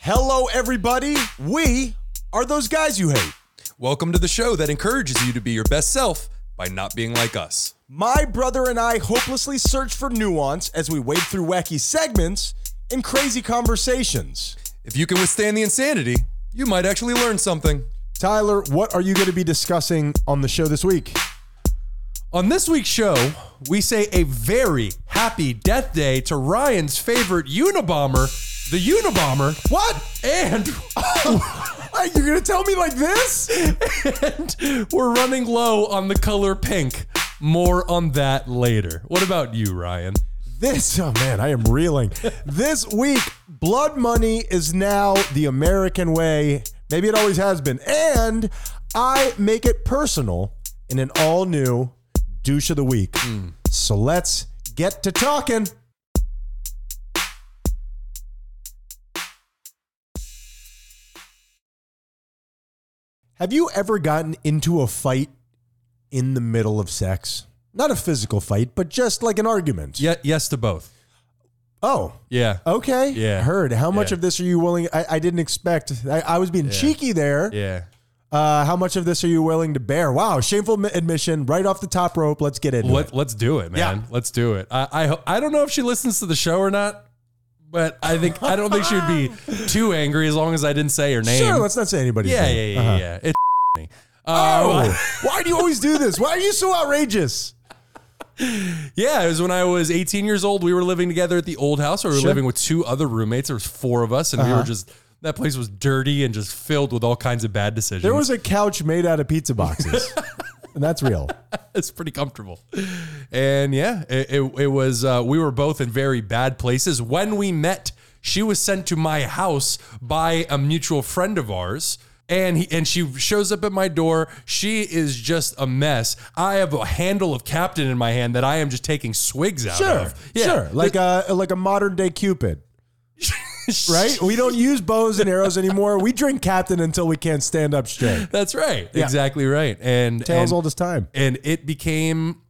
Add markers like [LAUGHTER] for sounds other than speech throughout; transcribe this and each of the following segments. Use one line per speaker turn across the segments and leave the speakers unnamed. Hello, everybody. We are those guys you hate.
Welcome to the show that encourages you to be your best self by not being like us.
My brother and I hopelessly search for nuance as we wade through wacky segments and crazy conversations.
If you can withstand the insanity, you might actually learn something.
Tyler, what are you going to be discussing on the show this week?
On this week's show, we say a very happy death day to Ryan's favorite Unabomber, the Unabomber.
What?
And, [LAUGHS]
Are you going to tell me like this?
and we're running low on the color pink. More on that later. What about you, Ryan?
This, [LAUGHS] oh man, I am reeling. this week, blood money is now the American way. Maybe it always has been. And I make it personal in an all new douche of the week. So let's get to talking. Have you ever gotten into a fight in the middle of sex? Not a physical fight, but just like an argument.
Yeah, yes to both.
Oh,
Yeah.
Okay.
Yeah.
Heard. How much
Yeah.
of this are you willing? I, I didn't expect. I, I was being cheeky there.
Yeah.
Uh, how much of this are you willing to bear? Wow. Shameful mi- admission right off the top rope. Let's get into it.
Let, let's do it, man.
Yeah.
Let's do it. I, I ho- I don't know if she listens to the show or not, but I think I don't think she would
[LAUGHS]
be too angry as long as I didn't say her name.
Sure. Let's not say anybody's
yeah, yeah,
name.
yeah,
Uh-huh.
yeah. It's [LAUGHS] me. Uh,
Oh, why do you always do this? Why are you so outrageous?
yeah, it was when I was 18 years old. We were living together at the old house. We were
Sure. Uh-huh.
living with two other roommates. There was four of us, and we were just that place was dirty and just filled with all kinds of bad decisions.
There was a couch made out of pizza
[LAUGHS]
boxes, and that's real.
it's pretty comfortable. And yeah, it, it, it was, uh, we were both in very bad places. When we met, she was sent to my house by a mutual friend of ours. And, he, and she shows up at my door. She is just a mess. I have a handle of Captain in my hand that I am just taking swigs out
Sure.
of.
Sure.
[LAUGHS]
Like a like a modern day Cupid. Right? We don't use bows and arrows anymore. We drink Captain until we can't stand up
[LAUGHS]
straight.
That's right. Exactly right. And
Tales
and-
old as time.
and it became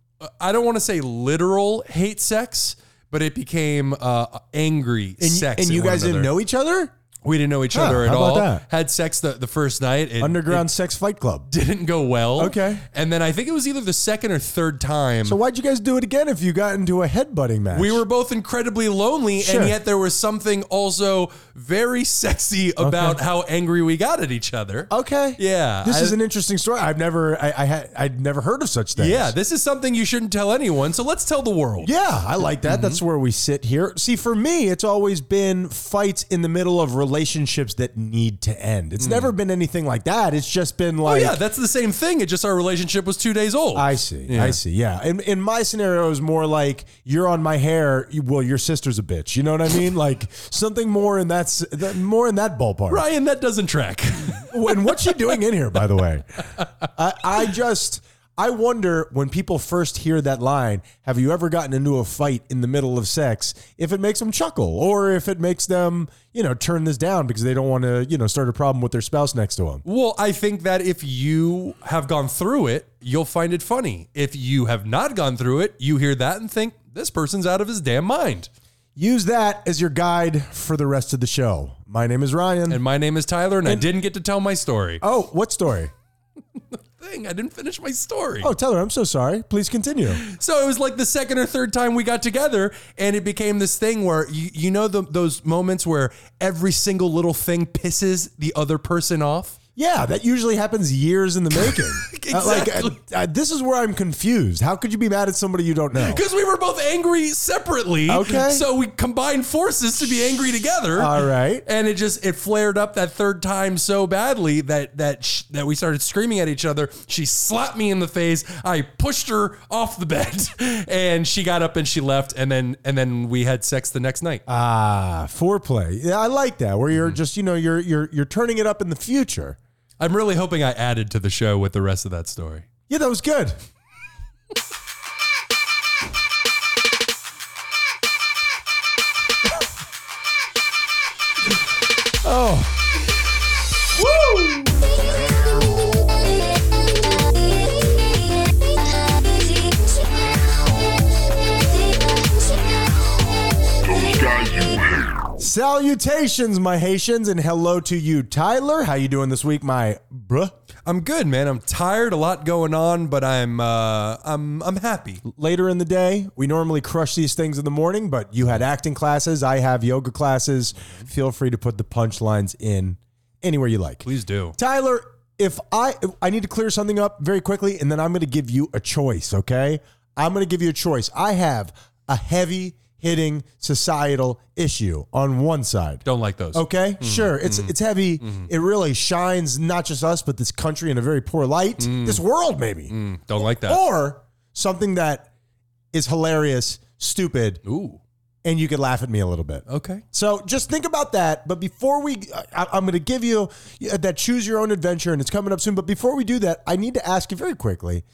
I don't want to say literal hate sex, but it became uh, angry sex.
and
at
you
one
guys didn't
another.
know each other?
we didn't know each other at
how about
all.
that?
Had sex the, the first night. It,
Underground Sex Fight Club.
it didn't go well.
Okay.
and then I think it was either the second or third time.
So why'd you guys do it again if you got into a headbutting match?
we were both incredibly lonely,
Sure.
and yet there was something also very sexy about how angry we got at each other.
okay.
Yeah,
This
I-
is an interesting story. I've never, I, I had, I'd never heard of such things.
yeah, this is something you shouldn't tell anyone. So let's tell the world.
Yeah, I like that.
Mm-hmm.
That's where we sit here. See, for me, it's always been fights in the middle of relationships that need to end. It's never been anything like that. It's just been
Mm. Oh
like,
yeah, that's the same thing. It just our relationship was two days old.
I see. I see. Yeah. In, in my scenario, it was more like you're on my hair. you- Well, your sister's a bitch. You know what I mean? like something more in that, s- that more in that ballpark.
Ryan, that doesn't track.
and what's she doing in here, by the way? I, I just, I wonder when people first hear that line, have you ever gotten into a fight in the middle of sex? If it makes them chuckle or if it makes them, you know, turn this down because they don't want to, you know, start a problem with their spouse next to them.
[LAUGHS] well, I think that if you have gone through it, you'll find it funny. If you have not gone through it, you hear that and think, this person's out of his damn mind.
Use that as your guide for the rest of the show. My name is Ryan.
And my name is Tyler, and, I didn't get to tell my story.
oh, what story?
Thing, I didn't finish my story.
Oh, Tyler, I'm so sorry. Please continue.
So it was like the second or third time we got together, and it became this thing where you, you know the, those moments where every single little thing pisses the other person off.
Yeah, that usually happens years in the making.
[LAUGHS]
Uh,
Exactly.
like, uh, uh, this is where I'm confused. How could you be mad at somebody you don't know?
Because we were both angry separately.
Okay.
So we combined forces to be angry together.
All right.
And it just it flared up that third time so badly that that sh- that we started screaming at each other. She slapped me in the face. I pushed her off the bed, [LAUGHS] and she got up and she left. And then and then we had sex the next night.
Ah, foreplay. Yeah, I like that. Where you're just, you know, you're you're you're turning it up in the future.
I'm really hoping I added to the show with the rest of that story.
Yeah, that was good.
Those guys you hate.
Salutations, my Haitians, and hello to you, Tyler. How you doing this week, my bruh?
I'm good, man. I'm tired. A lot going on, but I'm uh, I'm I'm happy.
Later in the day, we normally crush these things in the morning, but you had acting classes. I have yoga classes. Feel free to put the punchlines in anywhere you like.
Please do.
Tyler, if I I need to clear something up very quickly, and then I'm going to give you a choice. Okay, I'm going to give you a choice. I have a heavy hitting societal issue on one side.
Don't like those.
Okay, sure. It's it's heavy. It really shines not just us but this country in a very poor light. This world maybe.
Mm, Don't like that.
Or something that is hilarious, stupid,
Ooh.
and you could laugh at me a little bit.
Okay.
So just think about that. But before we, I, I'm going to give you uh, that choose your own adventure, and it's coming up soon. But before we do that, I need to ask you very quickly.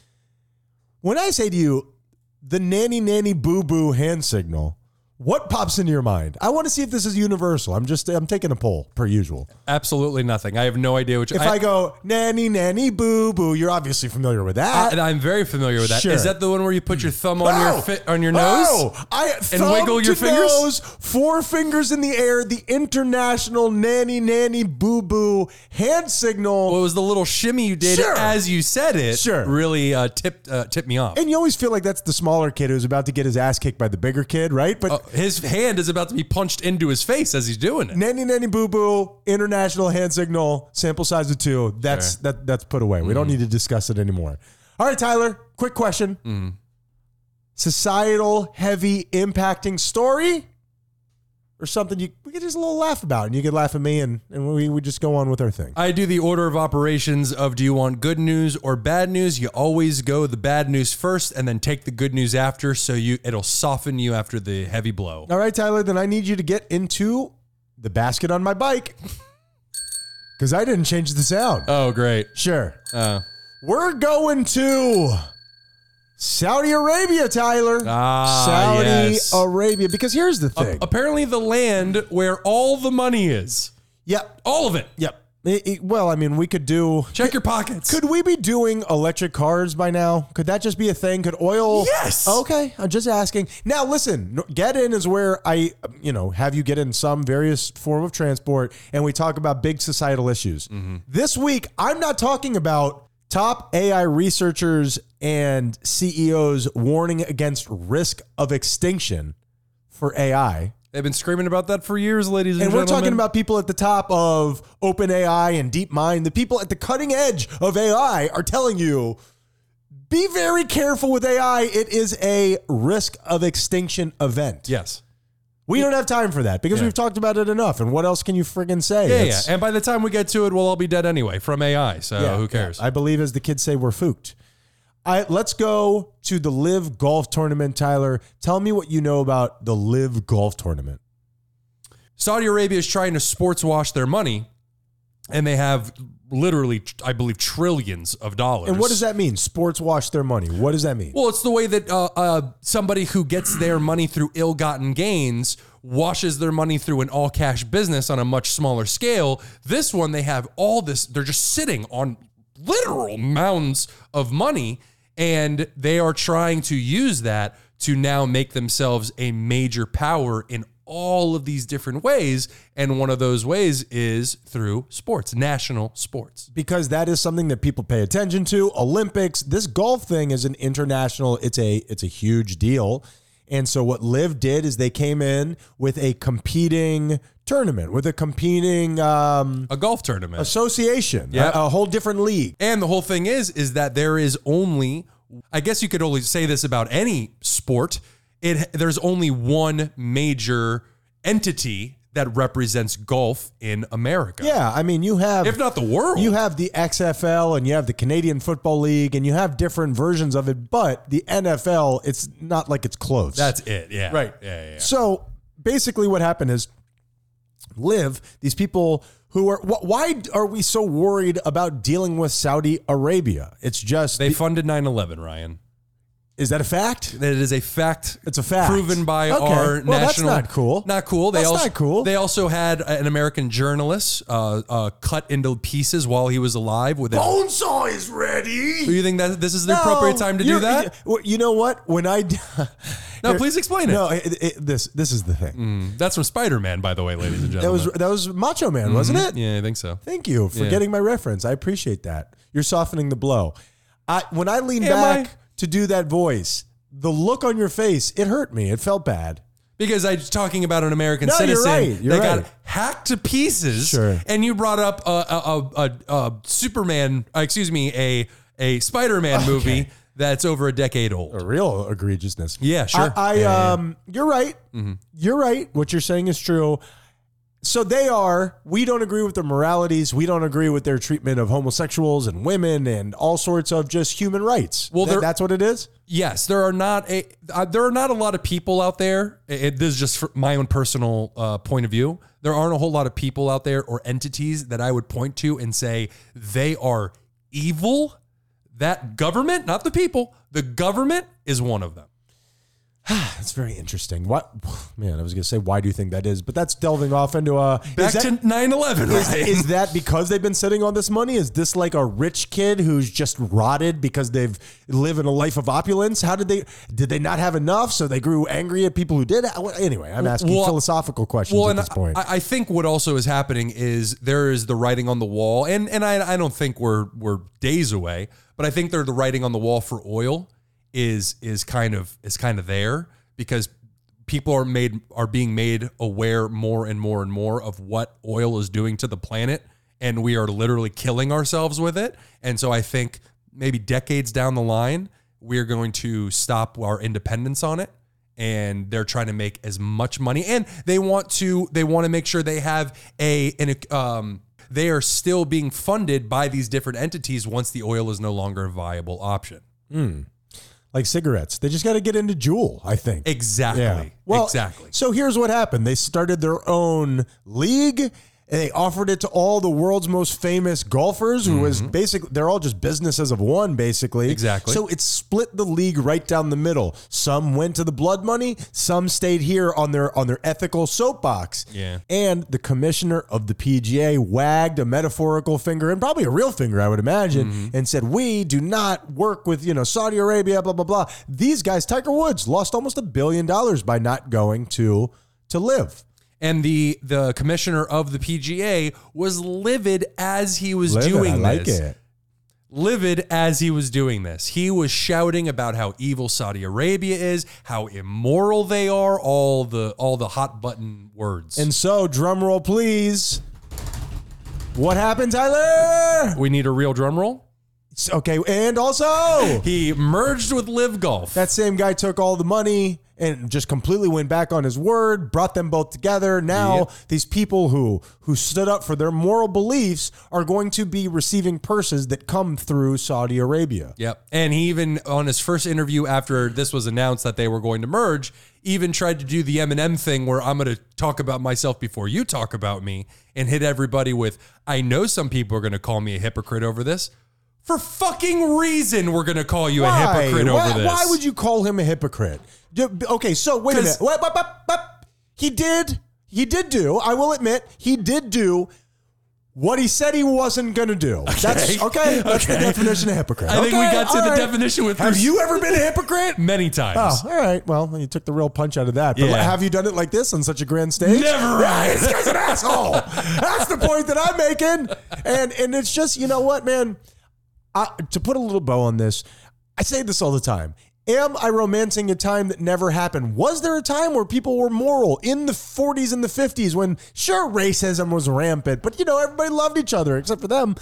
When I say to you, the nanny nanny boo boo hand signal, what pops into your mind? I want to see if this is universal. I'm just I'm taking a poll per usual.
Absolutely nothing. I have no idea which.
If I, go nanny nanny boo boo, you're obviously familiar with that.
and I'm very familiar with that. Is
Sure.
that the one where you put your thumb on your fi- on your nose?
Oh, I
And
thumb
wiggle your
to
fingers?
Nose, four fingers in the air. The international nanny nanny boo boo hand signal.
Well, it was the little shimmy you did
Sure.
as you said it.
Sure.
Really uh, tipped uh, tipped me off.
and you always feel like that's the smaller kid who's about to get his ass kicked by the bigger kid, right? But
Uh, his hand is about to be punched into his face as he's doing it.
nanny nanny boo boo international hand signal sample size of two. That's that that's put away. We don't need to discuss it anymore. All right, Tyler. Quick question. Societal heavy impacting story. Or something you we could just a little laugh about, and you could laugh at me, and, and we, we just go on with our thing.
I do the order of operations of do you want good news or bad news? You always go the bad news first and then take the good news after so you it'll soften you after the heavy blow.
All right, Tyler, then I need you to get into the basket on my bike. [LAUGHS] Because I didn't change the sound.
Oh great.
Sure.
Uh,
We're going to Saudi Arabia, Tyler.
Ah,
Saudi
yes.
Arabia. Because here's the thing.
apparently the land where all the money is.
yep.
All of it.
Yep. It- it- well, I mean, we could do.
Check your pockets.
Could we be doing electric cars by now? Could that just be a thing? Could oil? Oh,
Yes.
Okay, I'm just asking. Now, listen, n- get in is where I, you know, have you get in some various form of transport, and we talk about big societal issues. This week, I'm not talking about top AI researchers and CEOs warning against risk of extinction for AI.
They've been screaming about that for years, ladies and,
And we're
gentlemen.
talking about people at the top of OpenAI and DeepMind. The people at the cutting edge of AI are telling you be very careful with AI. It is a risk of extinction event.
Yes.
We don't have time for that because we've talked about it enough. And what else can you friggin' say?
Yeah, yeah.
It's-
And by the time we get to it, we'll all be dead anyway from AI. So
yeah,
who cares?
yeah. I believe, as the kids say, we're fooked. I, let's go to the Live Golf Tournament, Tyler. Tell me what you know about the Live Golf Tournament.
Saudi Arabia is trying to sports wash their money, and they have literally, I believe, trillions of dollars.
And what does that mean? Sports wash their money. What does that mean?
Well, it's the way that uh, uh, somebody who gets their money through ill-gotten gains washes their money through an all-cash business on a much smaller scale. This one, they have all this; they're just sitting on literal mounds of money, and they are trying to use that to now make themselves a major power in all of these different ways. And one of those ways is through sports, national sports.
because that is something that people pay attention to. Olympics, this golf thing is an international. It's a it's a huge deal. And so what Live did is they came in with a competing tournament, with a competing um,
A golf tournament.
association,
Yep.
a, a whole different league.
And the whole thing is, is that there is only, I guess you could only say this about any sport. It there's only one major entity that represents golf in America,
Yeah, I mean you have
if not the world.
you have the XFL and you have the Canadian Football League and you have different versions of it, but the NFL, it's not like it's close.
That's it. Yeah.
Right.
Yeah. yeah, yeah.
So basically, what happened is, live these people who are. Wh- why are we so worried about dealing with Saudi Arabia? It's just
They funded 9/11, Ryan.
Is that a fact?
That it is a fact.
It's a fact.
proven by
Okay.
our
Well, that's
national.
not cool.
Not cool. They
That's
also
not cool.
They also had an American journalist uh, uh, cut into pieces while he was alive. With
Oh,
it.
Bonesaw is ready.
Do you think that this is the appropriate time to do that?
You know what? When I
No, please explain
[LAUGHS]
it.
no, it, it, this this is the thing.
That's from Spider Man, by the way, ladies and
That
gentlemen.
was that was Macho Man, wasn't it?
Mm-hmm. yeah, I think so.
Thank you for
Yeah.
getting my reference. I appreciate that. You're softening the blow. I when I lean
Am I?
back to do that voice, the look on your face, it hurt me. It felt bad.
Because I was talking about an American
No, you're
citizen
right, you're
that
right.
got hacked to pieces,
Sure.
and you brought up a, a, a, a, a Superman, uh, excuse me, a a Spider
[LAUGHS]
Man movie that's over a decade old.
A real egregiousness.
Yeah, sure.
I, I
Yeah, yeah, Mm-hmm.
um you're right. You're right. What you're saying is true. So they are, we don't agree with their moralities. We don't agree with their treatment of homosexuals and women and all sorts of just human rights.
Well,
Well,
they're-
that's what it is.
Yes, there are not a uh, there are not a lot of people out there. It, it- this is just for my own personal uh, point of view. There aren't a whole lot of people out there or entities that I would point to and say they are evil. That government, not the people, the government is one of them.
That's very interesting. What [SIGHS] man, I was gonna say why do you think that is? But that's delving off into uh is
Back
that-
to 9-11, Ryan.
is that because they've been sitting on this money? Is this like a rich kid who's just rotted because they've lived in a life of opulence? How did they did they not have enough so they grew angry at people who did? Well, Anyway, I'm asking
Well,
philosophical questions at this point.
I, I think what also is happening is there is the writing on the wall, and and I, I don't think we're we're days away, but I think they're the writing on the wall for oil is is kind of is kind of there because people are made are being made aware more and more and more of what oil is doing to the planet, and we are literally killing ourselves with it, and so I think maybe decades down the line we are going to stop our independence on it and they're trying to make as much money and they want to they want to make sure they have a an um they are still being funded by these different entities once the oil is no longer a viable option.
like cigarettes, they just got to get into Juul. I think.
Exactly.
Well,
exactly.
So here's what happened. They started their own league and they offered it to all the world's most famous golfers who was basically they're all just businesses of one basically.
Mm-hmm. Exactly.
So it split the league right down the middle. Some went to the blood money, some stayed here on their on their ethical soapbox.
Yeah.
And the commissioner of the PGA wagged a metaphorical finger and probably a real finger, I would imagine,
Mm-hmm.
and said, "We do not work with you know Saudi Arabia, blah blah blah." These guys, Tiger Woods, lost almost a billion dollars by not going to to live.
And the the commissioner of the PGA was livid as he was
Live it.
doing
I like
this.
it.
livid as he was doing this. He was shouting about how evil Saudi Arabia is, how immoral they are, all the all the hot button words.
And so, drum roll, please. What happened, Tyler?
we need a real drum roll.
Okay, and
[LAUGHS]
also.
He merged with Live Golf.
That same guy took all the money and just completely went back on his word, brought them both together. Now
Yep.
these people who who stood up for their moral beliefs are going to be receiving purses that come through Saudi Arabia.
yep. And he even on his first interview after this was announced that they were going to merge, even tried to do the Eminem thing where I'm going to talk about myself before you talk about me and hit everybody with I know some people are going to call me a hypocrite over this. For fucking reason we're going to call you a hypocrite
why,
over this.
why would you call him a hypocrite? Yeah, b- Okay, so wait a
'Cause-
minute. Wait, wait, wait, wait. He did. He did do. I will admit, he did do what he said he wasn't going to
[LAUGHS]
do. That's okay. That's the
Okay.
definition of hypocrite.
I think we
Okay,
got to
all
the
right.
definition with
Have
Bruce
you ever been a hypocrite?
many
Oh,
times.
all right. Well, you took the real punch out of that. But
Yeah.
like, have you done it like this on such a grand stage?
Never right.
This guy's an asshole. That's the point that I'm making. And and it's just you know what, man. I, to put a little bow on this, I say this all the time. Am I romancing a time that never happened? Was there a time where people were moral in the 40s and the 50s when sure racism was rampant, but you know everybody loved each other except for them?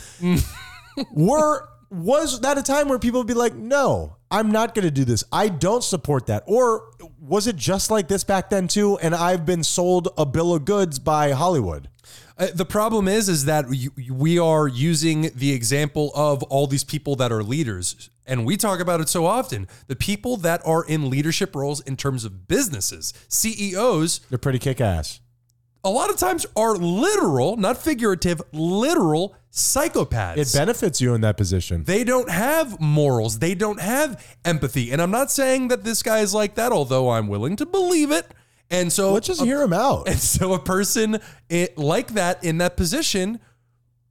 were was that a time where people would be like, "No, I'm not going to do this. I don't support that." Or was it just like this back then too and I've been sold a bill of goods by Hollywood?
Uh, the problem is, is that you, we are using the example of all these people that are leaders, and we talk about it so often. The people that are in leadership roles in terms of businesses, E CEOs,
They're pretty kick ass.
a lot of times are literal, not figurative, literal psychopaths.
It benefits you in that position.
They don't have morals. They don't have empathy. And I'm not saying that this guy is like that, although I'm willing to believe it. And so,
Let's just hear him
[LAUGHS]
out.
and so a person it, like that in that position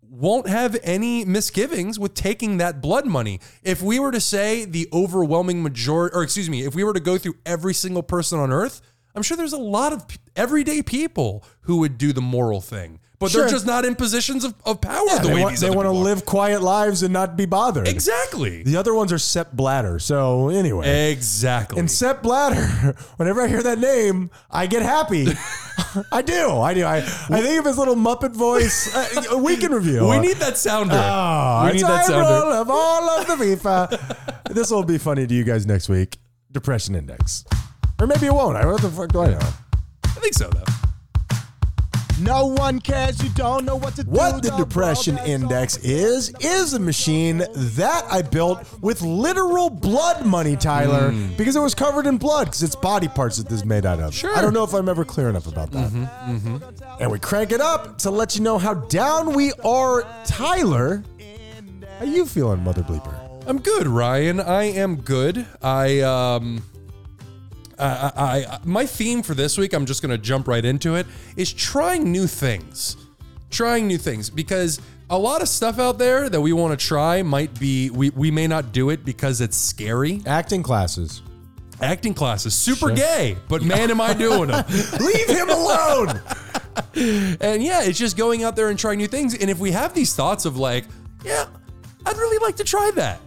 won't have any misgivings with taking that blood money. If we were to say the overwhelming majority, or excuse me, if we were to go through every single person on earth, I'm sure there's a lot of p- everyday people who would do the moral thing, but
Sure.
they're just not in positions of, of power the
They
way
want,
these
they
other
want to
people are.
live quiet lives and not be bothered.
Exactly.
The other ones are Sepp Blatter. So anyway.
Exactly.
And Sepp Blatter, [LAUGHS] whenever I hear that name, I get
[LAUGHS]
happy. [LAUGHS] I do. I do. I, I think of his little Muppet voice.
[LAUGHS]
Uh, a week in review.
we need that sounder.
Oh,
we
it's
need that
eye
sounder.
roll of all of the FIFA. [LAUGHS] this will be funny to you guys next week. Depression index, or maybe it won't. I what the fuck do I know?
I think so, though.
No one cares, you don't know what to
What
do.
the depression
world has
index
all-
is is a machine that I built with literal blood money, Tyler, because it was covered in blood because it's body parts that this is made out of.
Sure.
I don't know if I'm ever clear enough about that. And we crank it up to let you know how down we are, Tyler. How you feeling, Mother Bleeper?
I'm good, Ryan. I am good. I um I, I, I my theme for this week, I'm just going to jump right into it, is trying new things. Trying new things because a lot of stuff out there that we want to try might be we we may not do it because it's scary.
Acting classes.
Acting classes, super gay, but man am I doing them.
Leave him alone.
And yeah, it's just going out there and trying new things. And if we have these thoughts of like, yeah, I'd really like to try that.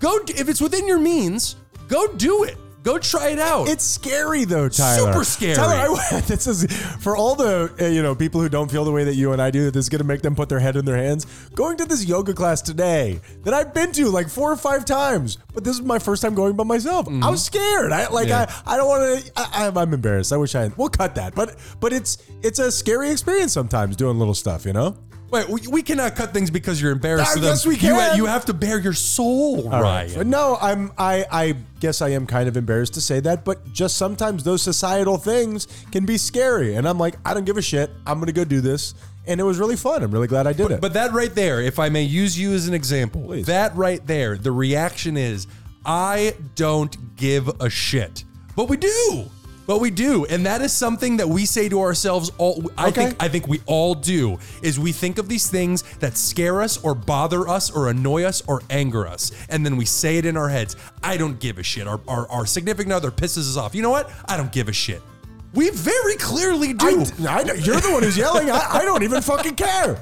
Go d- if it's within your means, go do it. Go try it out.
It's scary though, Tyler.
Super scary.
Tyler, I, [LAUGHS] this is for all the uh, you know people who don't feel the way that you and I do. That this is going to make them put their head in their hands. Going to this yoga class today that I've been to like four or five times, but this is my first time going by myself. I was scared. I like
Mm-hmm. Yeah.
I, I don't want to. I, I, I'm embarrassed. I wish I. We'll cut that. But but it's it's a scary experience sometimes doing little stuff. You know.
Wait, we, we cannot cut things because you're embarrassed.
Ah,
of them.
yes, we
You-
can.
You, have to bear your soul,
All right.
Ryan.
But no, I'm I I guess I am kind of embarrassed to say that, but just sometimes those societal things can be scary and I'm like, I don't give a shit. I'm going to go do this. And it was really fun. I'm really glad I did it.
But that right there, if I may use you as an example, that right there, the reaction is, I don't give a shit. But we do. But we do. And that is something that we say to ourselves all I
Okay.
think I think we all do is we think of these things that scare us or bother us or annoy us or anger us. And then we say it in our heads. I don't give a shit. Our our, our significant other pisses us off. You know what? I don't give a shit. We very clearly do.
I, I know- you're the one who's yelling. I, I don't even fucking care.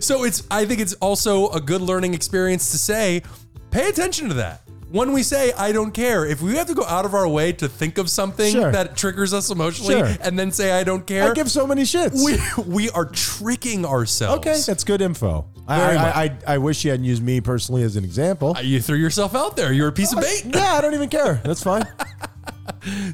So it's I think it's also a good learning experience to say, pay attention to that. When we say I don't care, if we have to go out of our way to think of something
Sure.
that triggers us emotionally
Sure.
and then say I don't care,
I give so many shits.
we we are tricking ourselves.
okay, that's good info. I,
Very much.
I, I I wish you hadn't used me personally as an example.
You threw yourself out there. You're a piece of bait.
yeah, I don't even care. That's
[LAUGHS]
fine.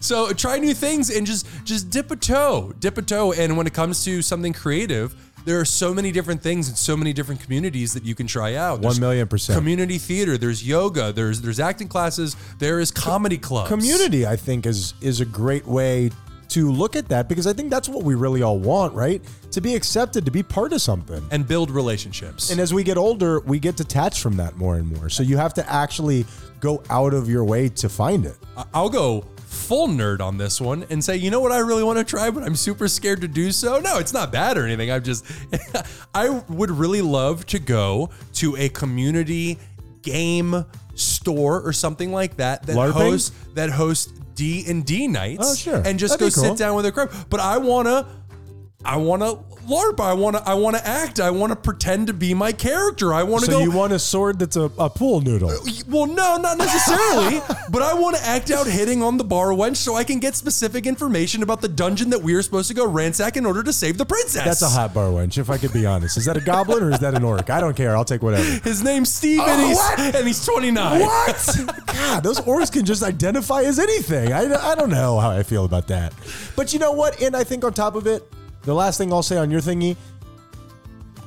So try new things and just just dip a toe, dip a toe. And when it comes to something creative, there are so many different things and so many different communities that you can try out. There's
million percent.
Community theater. There's yoga. There's there's acting classes. There is comedy clubs.
community i think is is a great way to look at that because i think that's what we really all want right to be accepted to be part of something
and build relationships.
and as we get older we get detached from that more and more so you have to actually go out of your way to find it
I- I'll go full nerd on this one and say, you know what I really want to try, but I'm super scared to do so. No, it's not bad or anything. I'm just, [LAUGHS] I would really love to go to a community game store or something like that that
LARPing?
hosts that hosts D and D nights.
Oh, sure.
and just
That'd
go
be cool.
sit down with a crowd. But I wanna. I want to LARP. I want to. I want to act. I want to pretend to be my character. I want to
so
go.
you want a sword that's a, a pool noodle
Well, no, not necessarily. [LAUGHS] but I want to act out hitting on the bar wench so I can get specific information about the dungeon that we are supposed to go ransack in order to save the princess.
that's a hot bar wench if i could be honest is that a goblin or is that an orc i don't care i'll take whatever
His name's Steve, and,
Oh,
he's,
what?
[LAUGHS] and he's 29.
What? God, those orcs can just identify as anything. I, I don't know how I feel about that. But you know what? And I think on top of it, the last thing I'll say on your thingy,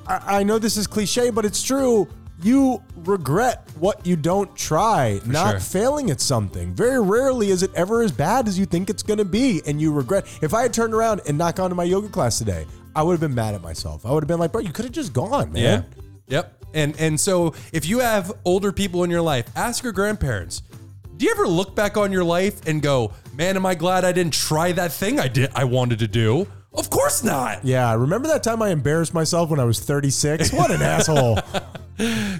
I, I know this is cliche, but it's true. you regret what you don't try, not
sure.
failing at something. Very rarely is it ever as bad as you think it's going to be, and you regret. If I had turned around and not gone to my yoga class today, I would have been mad at myself. I would have been like, bro, you could have just gone, man.
Yep. And and so if you have older people in your life, ask your grandparents. Do you ever look back on your life and go, "Man, am I glad I didn't try that thing I did I wanted to do?" Of course not.
Yeah, I remember that time I embarrassed myself when I was 36? What an [LAUGHS] asshole.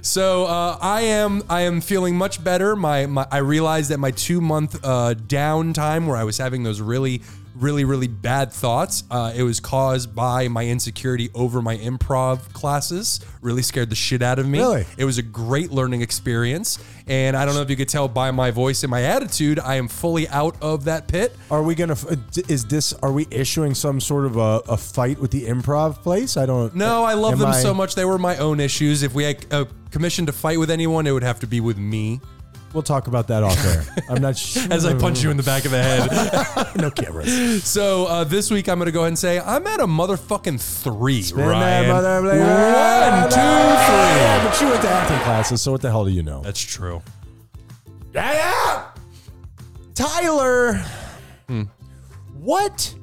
So uh, I am I am feeling much better. My, my I realized that my two month uh, downtime where I was having those really really really bad thoughts uh, it was caused by my insecurity over my improv classes really scared the shit out of me
Really?
it was a great learning experience and i don't know if you could tell by my voice and my attitude i am fully out of that pit
Are we going to, is this, are we issuing some sort of a, a fight with the improv place? I don't
no i love
Am
them
I-
so much they were my own issues if we had a commission to fight with anyone it would have to be with me
We'll talk about that off air. I'm
[LAUGHS]
not sure.
as i punch you in the back of the head
[LAUGHS] no
[LAUGHS]
cameras.
So uh, this week I'm going to go ahead and say I'm at a motherfucking three,
Been there,
Ryan.
mother-
One, two,
[LAUGHS]
three.
Yeah, but you went to acting classes, so what the hell do you know?
That's true.
Tyler,
Hmm.
what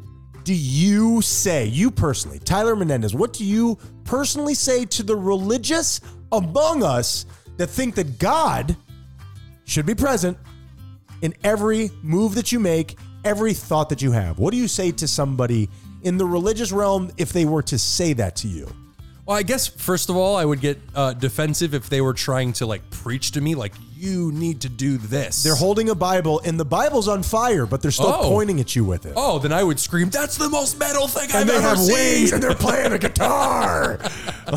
do you say, you personally, Tyler Menendez, what do you personally say to the religious among us that think that God should be present in every move that you make, every thought that you have? What do you say to somebody in the religious realm if they were to say that to you?
Well, I guess first of all, I would get uh, defensive if they were trying to like preach to me, like you need to do this.
They're holding a Bible and the Bible's on fire, but they're still
Oh.
pointing at you with it.
oh, then I would scream, "That's the most metal thing I've
And they
ever
have
seen!"
wings
[LAUGHS]
and they're playing a guitar.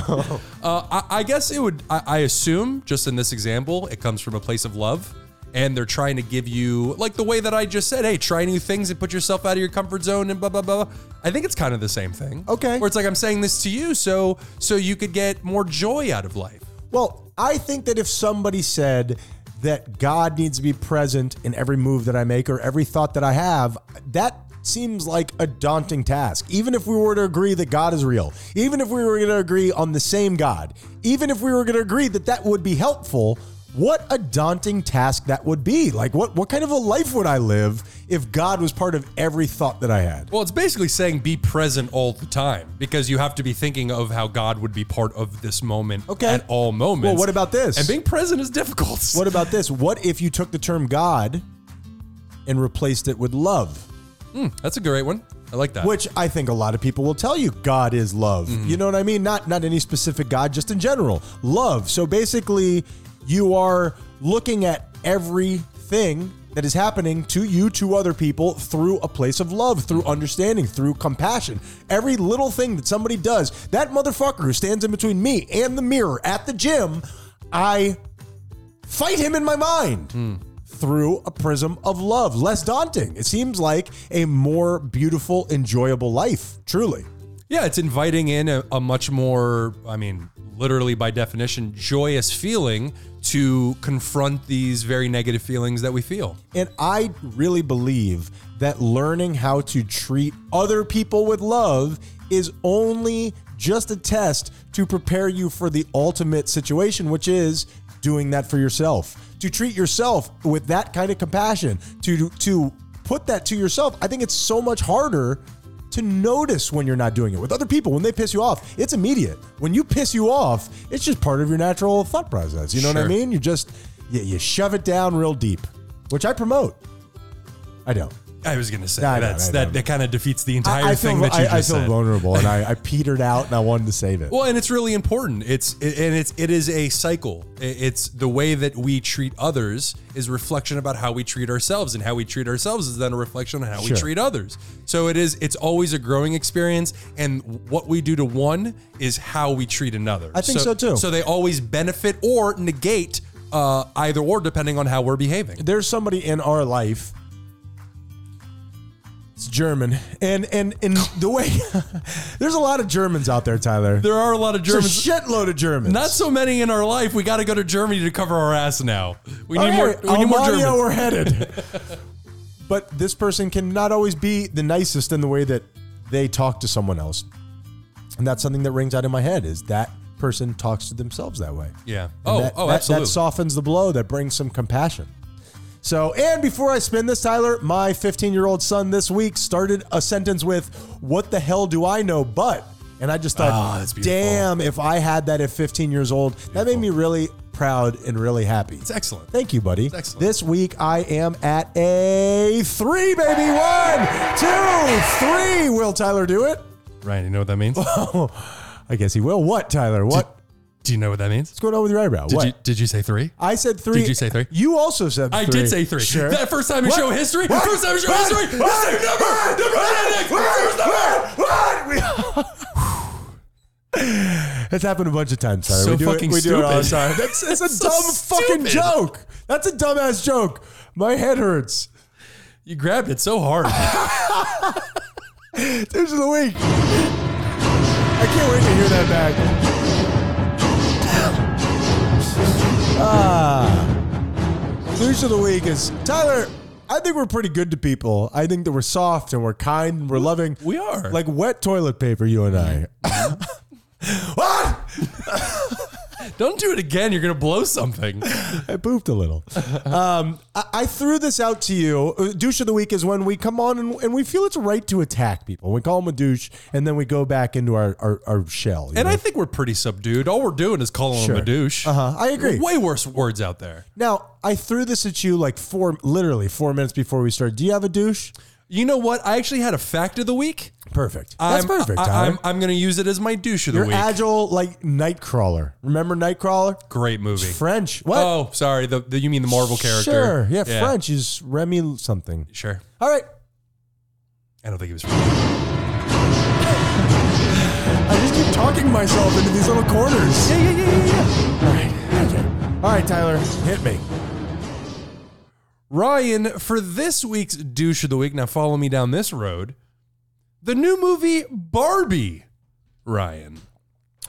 Uh, I, I guess it would. I, I assume just in this example, it comes from a place of love. And they're trying to give you, like the way that I just said, hey, try new things and put yourself out of your comfort zone and blah, blah, blah. blah. I think it's kind of the same thing.
Okay.
Where it's like, I'm saying this to you so so you could get more joy out of life.
Well, I think that if somebody said that God needs to be present in every move that I make or every thought that I have, that seems like a daunting task. Even if we were to agree that God is real, even if we were going to agree on the same God, even if we were going to agree that that would be helpful, what a daunting task that would be. Like what what kind of a life would I live if God was part of every thought that I had?
Well, it's basically saying be present all the time because you have to be thinking of how God would be part of this moment
Okay.
at all moments.
Well, what about this?
And being present is difficult.
What about this? What if you took the term God and replaced it with love?
That's a great one. I like that.
which I think a lot of people will tell you God is love. You know what I mean? Not not any specific God, just in general, love. So basically, you are looking at everything that is happening to you, to other people, through a place of love, through understanding, through compassion. Every little thing that somebody does, that motherfucker who stands in between me and the mirror at the gym, I fight him in my mind through a prism of love. Less daunting. It seems like a more beautiful, enjoyable life, truly.
Yeah, it's inviting in a, a much more, I mean, literally by definition, joyous feeling to confront these very negative feelings that we feel.
And I really believe that learning how to treat other people with love is only just a test to prepare you for the ultimate situation, which is doing that for yourself. To treat yourself with that kind of compassion, to to put that to yourself, I think it's so much harder to notice when you're not doing it with other people when they piss you off it's immediate when you piss you off it's just part of your natural thought process you know what i
Sure.
mean you just you, you shove it down real deep which i promote i don't
I was going to say
I know,
that's
I know.
that that kind of defeats the entire
i, I
thing
feel,
that you
I, I
just
feel
said.
vulnerable and
[LAUGHS]
I, I petered out and i wanted to save it
Well, and it's really important. It's and it's it is a cycle. I- It's the way that we treat others is reflection about how we treat ourselves, and how we treat ourselves is then a reflection on how
Sure.
we treat others. So it is. It's always a growing experience, and what we do to one is how we treat another.
I think so, too.
So they always benefit or negate uh, either or, depending on how we're behaving.
there's somebody in our life. It's German, and and
[LAUGHS]
and the way [LAUGHS] there's a lot of Germans out there, Tyler.
There are a lot of
There's a
Germans.
shitload of Germans.
not so many in our life. We got to go to Germany to cover our ass now. We need
Okay,
more. We need more
Oh, Almania,
Germans.
we're
[LAUGHS]
headed. but this person can not always be the nicest in the way that they talk to someone else. And that's something that rings out in my head is that person talks to themselves that way.
Yeah.
And
Oh,
that,
oh,
that-
absolutely.
That softens the blow. That brings some compassion. So, and before I spin this, Tyler, my 15 year old son this week started a sentence with, What the hell do I know but? And I just
Ah,
thought,
that's beautiful.
damn, if I had that at 15 years old, that made me really proud and really happy.
it's excellent.
Thank you, buddy.
excellent.
This week I am at a three, baby. One, two, three. Will Tyler do it? [LAUGHS] Oh,
Ryan, you know what that [LAUGHS] means?
I guess he will. What, Tyler? What?
Do you know what that means?
What's going on with your eyebrow?
Did
what?
you did you say three?
I said three.
Did you say three?
You also said
I
three.
did say three.
Sure.
That first time in
What?
show history.
What?
First time in show
What?
history.
What?
the same number. number next. First number.
[LAUGHS] That's happened a bunch of times, Tyler.
So
we do
fucking
it, we do it all the
stupid.
time. That's, it's a
[LAUGHS] So
dumb fucking
stupid.
joke. That's a dumbass joke. My head hurts.
You grabbed it so [LAUGHS] hard.
There's the week. I can't wait to hear that back. Ah. Douche of Ah. the week is Tyler. I think we're pretty good to people. I think that we're soft and we're kind and we're loving.
We are.
like wet toilet paper. You and I. [LAUGHS] what?
Don't do it again. You're gonna blow something.
I pooped a little. Um, I, I threw this out to you. Uh, Douche of the week is when we come on and, and we feel it's right to attack people. We call them a douche, and then we go back into our our, our shell. you
And
know?
I think we're pretty subdued. All we're doing is calling him
Sure.
a douche.
Uh-huh. I agree.
Way worse words out there.
now I threw this at you like four, literally four minutes before we started. Do you have a douche?
You know what? I actually had a fact of the week.
Perfect. That's
I'm,
perfect.
I,
Tyler.
am I'm going to use it as my douche of the
You're
week.
agile like Nightcrawler. Remember Nightcrawler?
Great movie.
French. What?
Oh, sorry. The, the you mean the Marvel character?
Sure. Yeah, French is Remy something.
Sure.
All right.
I don't think he was. French.
I just keep talking myself into these little corners. Yeah, yeah, yeah, yeah, yeah. All right. Okay. All right, Tyler, hit me.
Ryan, for this week's douche of the week. Now follow me down this road. The new movie Barbie. Ryan,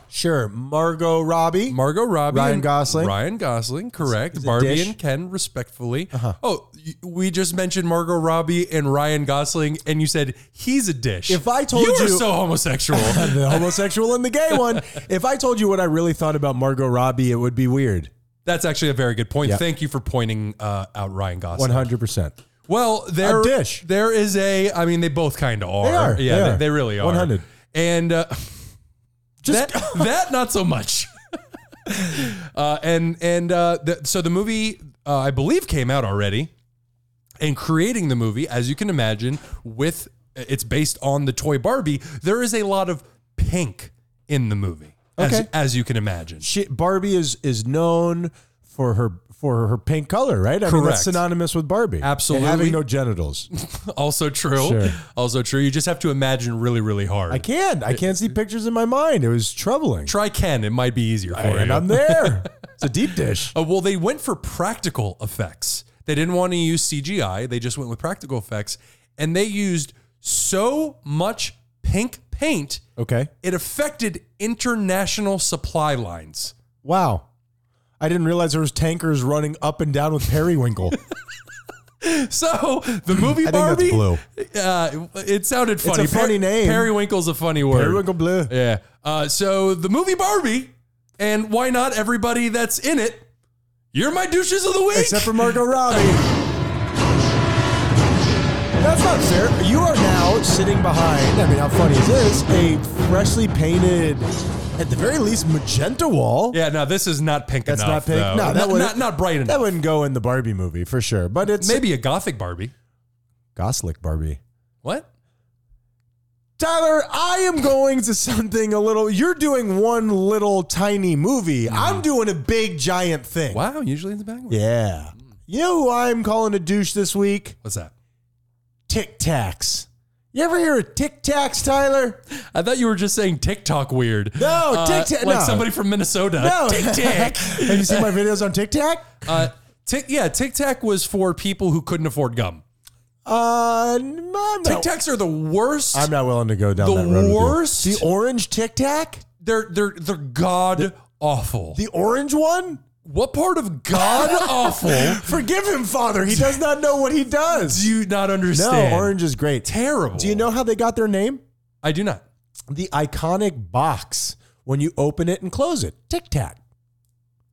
Sure. Margot Robbie.
Margot Robbie,
Ryan
and-
Gosling.
Ryan Gosling, correct.
is it
Barbie
dish? Uh-huh.
and Ken, respectfully. Oh, y- we just mentioned Margot Robbie and Ryan Gosling, and you said he's a dish.
If I told
you are
you-
so
[LAUGHS]
homosexual.
the homosexual and the gay one. [LAUGHS] If I told you what I really thought about Margot Robbie, it would be weird.
That's actually a very good point.
Yeah.
Thank you for pointing uh, out Ryan Gosling.
100%.
Well, there
A dish.
There is a. I mean, they both kind of are.
are.
Yeah,
They
they,
are.
they really are.
100.
And uh,
Just-
that
[LAUGHS]
that not so much. [LAUGHS] uh, and and uh, the, so the movie uh, I believe came out already. And creating the movie, as you can imagine, with it's based on the toy Barbie. There is a lot of pink in the movie, as,
Okay.
as you can imagine.
she, Barbie is is known for her for her pink color, right? I mean, that's
Correct.
synonymous with Barbie. And
Absolutely.
having no genitals.
Also true.
Sure.
Also true. You just have to imagine really, really hard.
I can't. I
[LAUGHS]
can't see pictures in my mind. It was troubling.
Try Ken. It might be easier for
And
you.
I'm
[LAUGHS]
there. It's a deep dish.
Uh, well, they went for practical effects. They didn't want to use CGI. They just went with practical effects, and they used so much pink paint
Okay.
it affected international supply lines. [LAUGHS]
Wow. I didn't realize there was tankers running up and down with
[LAUGHS]
periwinkle.
So the movie
I think that's
Barbie,
blue.
Uh, it sounded
a
funny.
funny name.
Periwinkle's a funny word.
periwinkle blue.
Yeah. Uh, so the movie Barbie, and why not everybody that's in it? You're my douches of the week.
Except for Margot Robbie. That's not fair. You are now sitting behind, I mean, how funny is this? A freshly painted, at the very least, magenta wall.
[LAUGHS] yeah, no, this is not pink
That's
enough.
not pink.
though.
No, that
not,
wouldn't-
not, not bright enough.
That wouldn't go in the Barbie movie for sure, but it's
Maybe a gothic Barbie.
Goslick Barbie.
What?
Tyler, I am going to something a little. You're doing one little tiny movie.
Mm-hmm.
I'm doing a big giant thing.
Wow, usually it's backwards.
Yeah. You know who I'm calling a douche this week?
What's that?
Tic Tacs. You ever hear of Tic Tacs, Tyler?
I thought you were just saying TikTok weird.
No,
Uh,
Tic Tac-
Like
no.
somebody from Minnesota.
No.
[LAUGHS] Tic
[LAUGHS]
Tac.
Have you seen
[LAUGHS]
my videos on Tic Tac?
uh, tic, yeah, Tic Tac was for people who couldn't afford gum.
Uh, n- I'm
Tic
not,
Tacs are the worst.
I'm not willing to go down
The
that road. with you.
worst?
The orange Tic Tac?
they're they're they're god awful.
The orange one?
what part
[LAUGHS]
of god awful
Forgive him, Father. He does not know what he does.
Oh. do you not
No,
understand?
orange is great.
terrible.
Do you know how they got their name?
I do not.
The iconic box when you open it and close it. Tic tac.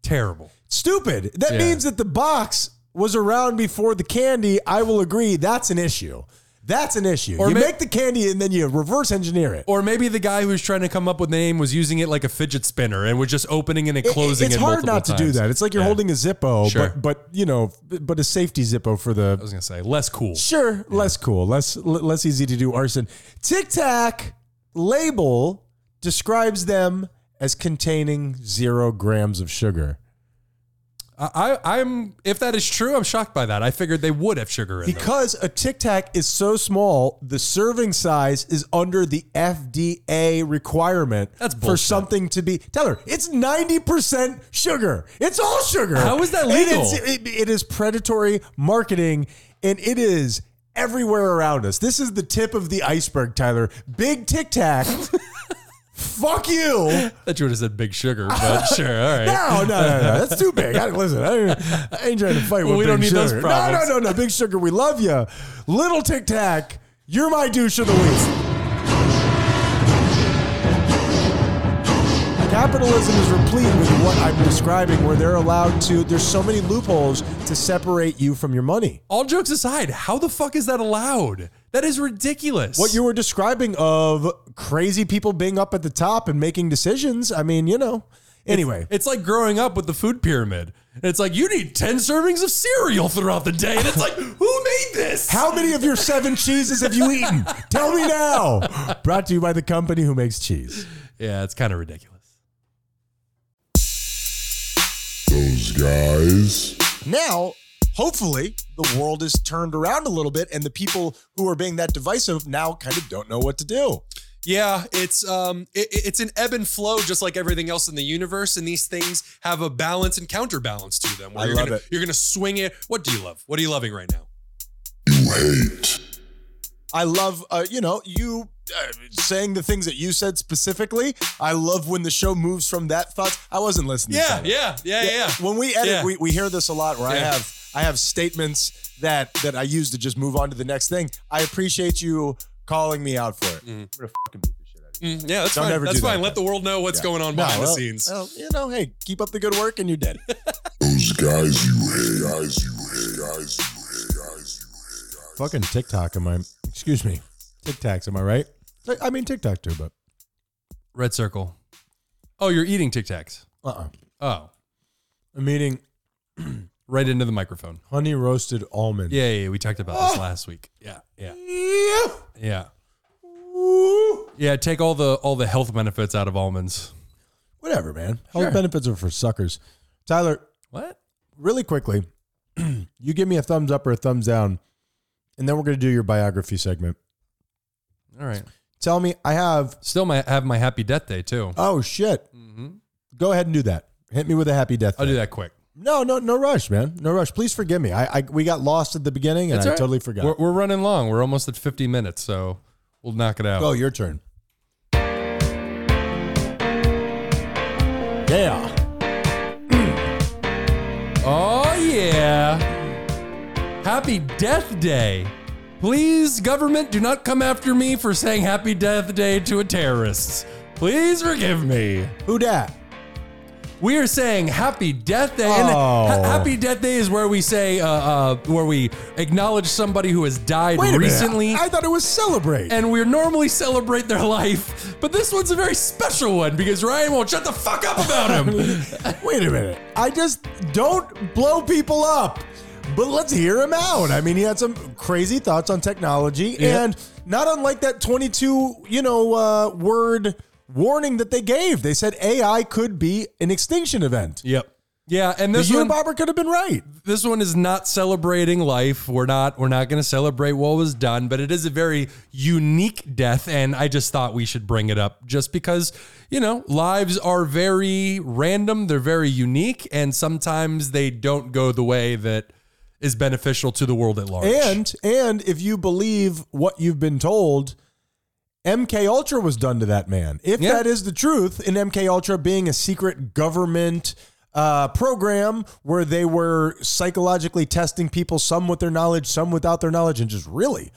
Terrible.
Stupid. That
Yeah.
means that the box was around before the candy. I will agree. That's an issue. That's an issue.
Or
you
ma-
make the candy and then you reverse engineer it.
Or maybe the guy who was trying to come up with the name was using it like a fidget spinner and was just opening it and
It-
closing it.
it's hard
multiple
not to do
times.
that. It's like you're holding a Zippo,
Sure.
but but you know, but a safety Zippo for the
I was gonna say less cool.
Sure, less cool, less l- less easy to do arson. Tic Tac label describes them as containing zero grams of sugar
I, I, I'm if that is true, I'm shocked by that. I figured they would have sugar in them.
because a Tic Tac is so small. The serving size is under the FDA requirement
That's
for
bullshit.
something to be. Tyler, it's ninety percent sugar. It's all sugar.
How is that
And
legal?
it's- it- it is predatory marketing, and it is everywhere around us. This is the tip of the iceberg, Tyler. Big Tic Tac. [LAUGHS] Fuck you!
I thought you would have said big sugar, [LAUGHS] but sure, all right.
No, no, no, no. That's too big. I, listen, I, ain't- I ain't trying to fight with
We
Big
don't need
Sugar.
those problems.
No, no, no, no. Big Sugar, we love you. Little Tic Tac, you're my douche of the week. Capitalism is replete with what I'm describing, where they're allowed to. There's so many loopholes to separate you from your money.
All jokes aside, how the fuck is that allowed? That is ridiculous.
What you were describing of crazy people being up at the top and making decisions. I mean, you know. Anyway,
It's like growing up with the food pyramid. And it's like you need ten servings of cereal throughout the day, and it's [LAUGHS] like who made this?
How many of your seven cheeses have you eaten? Tell me now. Brought to you by the company who makes cheese.
Yeah, it's kind of ridiculous.
Those guys.
Now, hopefully, the world is turned around a little bit, and the people who are being that divisive now kind of don't know what to do.
Yeah, it's um, it, it's an ebb and flow, just like everything else in the universe. And these things have a balance and counterbalance to them.
I
you're
love
gonna,
it.
You're gonna swing it. What do you love? What are you loving right now?
You hate.
I love, uh, you know, you uh, saying the things that you said specifically. I love when the show moves from that thought. I wasn't listening. to
Yeah,
that.
yeah, yeah, yeah.
When we edit,
Yeah.
we, we hear this a lot where I
Yeah.
have I have statements that that I use to just move on to the next thing. I appreciate you calling me out for it. I'm gonna fucking beat the shit out of you.
Mm, yeah, that's
Don't
fine.
ever
That's
do that
fine.
again.
Let the world know what's
Yeah.
going on behind
No, well-
the scenes.
well, you know, hey, keep up the good work and you're dead.
[LAUGHS] Those guys you hate. Guys you hate. Guys you hate. Guys you hate. Guys
fucking TikTok, am I? Excuse me, TikToks, am I right? I mean TikTok too, but
Red circle. Oh, you're eating Tic Tacs.
uh, uh
Oh,
I'm eating
right into the microphone.
honey roasted almond.
Yeah, yeah. yeah, We talked about this last week. Yeah, yeah, yeah, yeah. Take all the all the health benefits out of almonds.
Whatever, man. Health benefits are for suckers. Tyler,
What?
really quickly, [CLEARS THROAT] you give me a thumbs up or a thumbs down, and then we're going to do your biography segment.
All right.
Tell me, I have.
Still, my have my happy death day too.
Oh shit! Go ahead and do that. Hit me with a happy death.
Mm-hmm. I'll
thing.
do that quick.
No, no, no rush, man. No rush. Please forgive me. I, I we got lost at the beginning, and
That's
I
all right.
totally forgot.
We're, we're running long. We're almost at 50 minutes, so we'll knock it out.
Go, Oh, your turn. Yeah.
Oh, yeah. Happy Death Day. Please, government, do not come after me for saying Happy Death Day to a terrorist. Please forgive me.
Who dat?
We are saying Happy Death Day. And
Oh.
ha- Happy Death Day is where we say, uh, uh, where we acknowledge somebody who has died recently.
I thought it was celebrate.
and we normally celebrate their life, but this one's a very special one because Ryan won't shut the fuck up about him.
[LAUGHS] Wait a minute. I just don't blow people up. But let's hear him out. I mean, he had some crazy thoughts on technology
Yeah.
and not unlike that 22, you know, uh, word warning that they gave. They said AI could be an extinction event.
yep. Yeah, and
The
this one,
Unibomber could have been right.
this one is not celebrating life. We're not we're not going to celebrate what was done, but it is a very unique death and I just thought we should bring it up just because, you know, lives are very random, they're very unique and sometimes they don't go the way that is beneficial to the world at large.
And and if you believe what you've been told, MK Ultra was done to that man. If
Yeah.
that is the truth, in MK Ultra being a secret government uh, program where they were psychologically testing people, some with their knowledge, some without their knowledge, and just really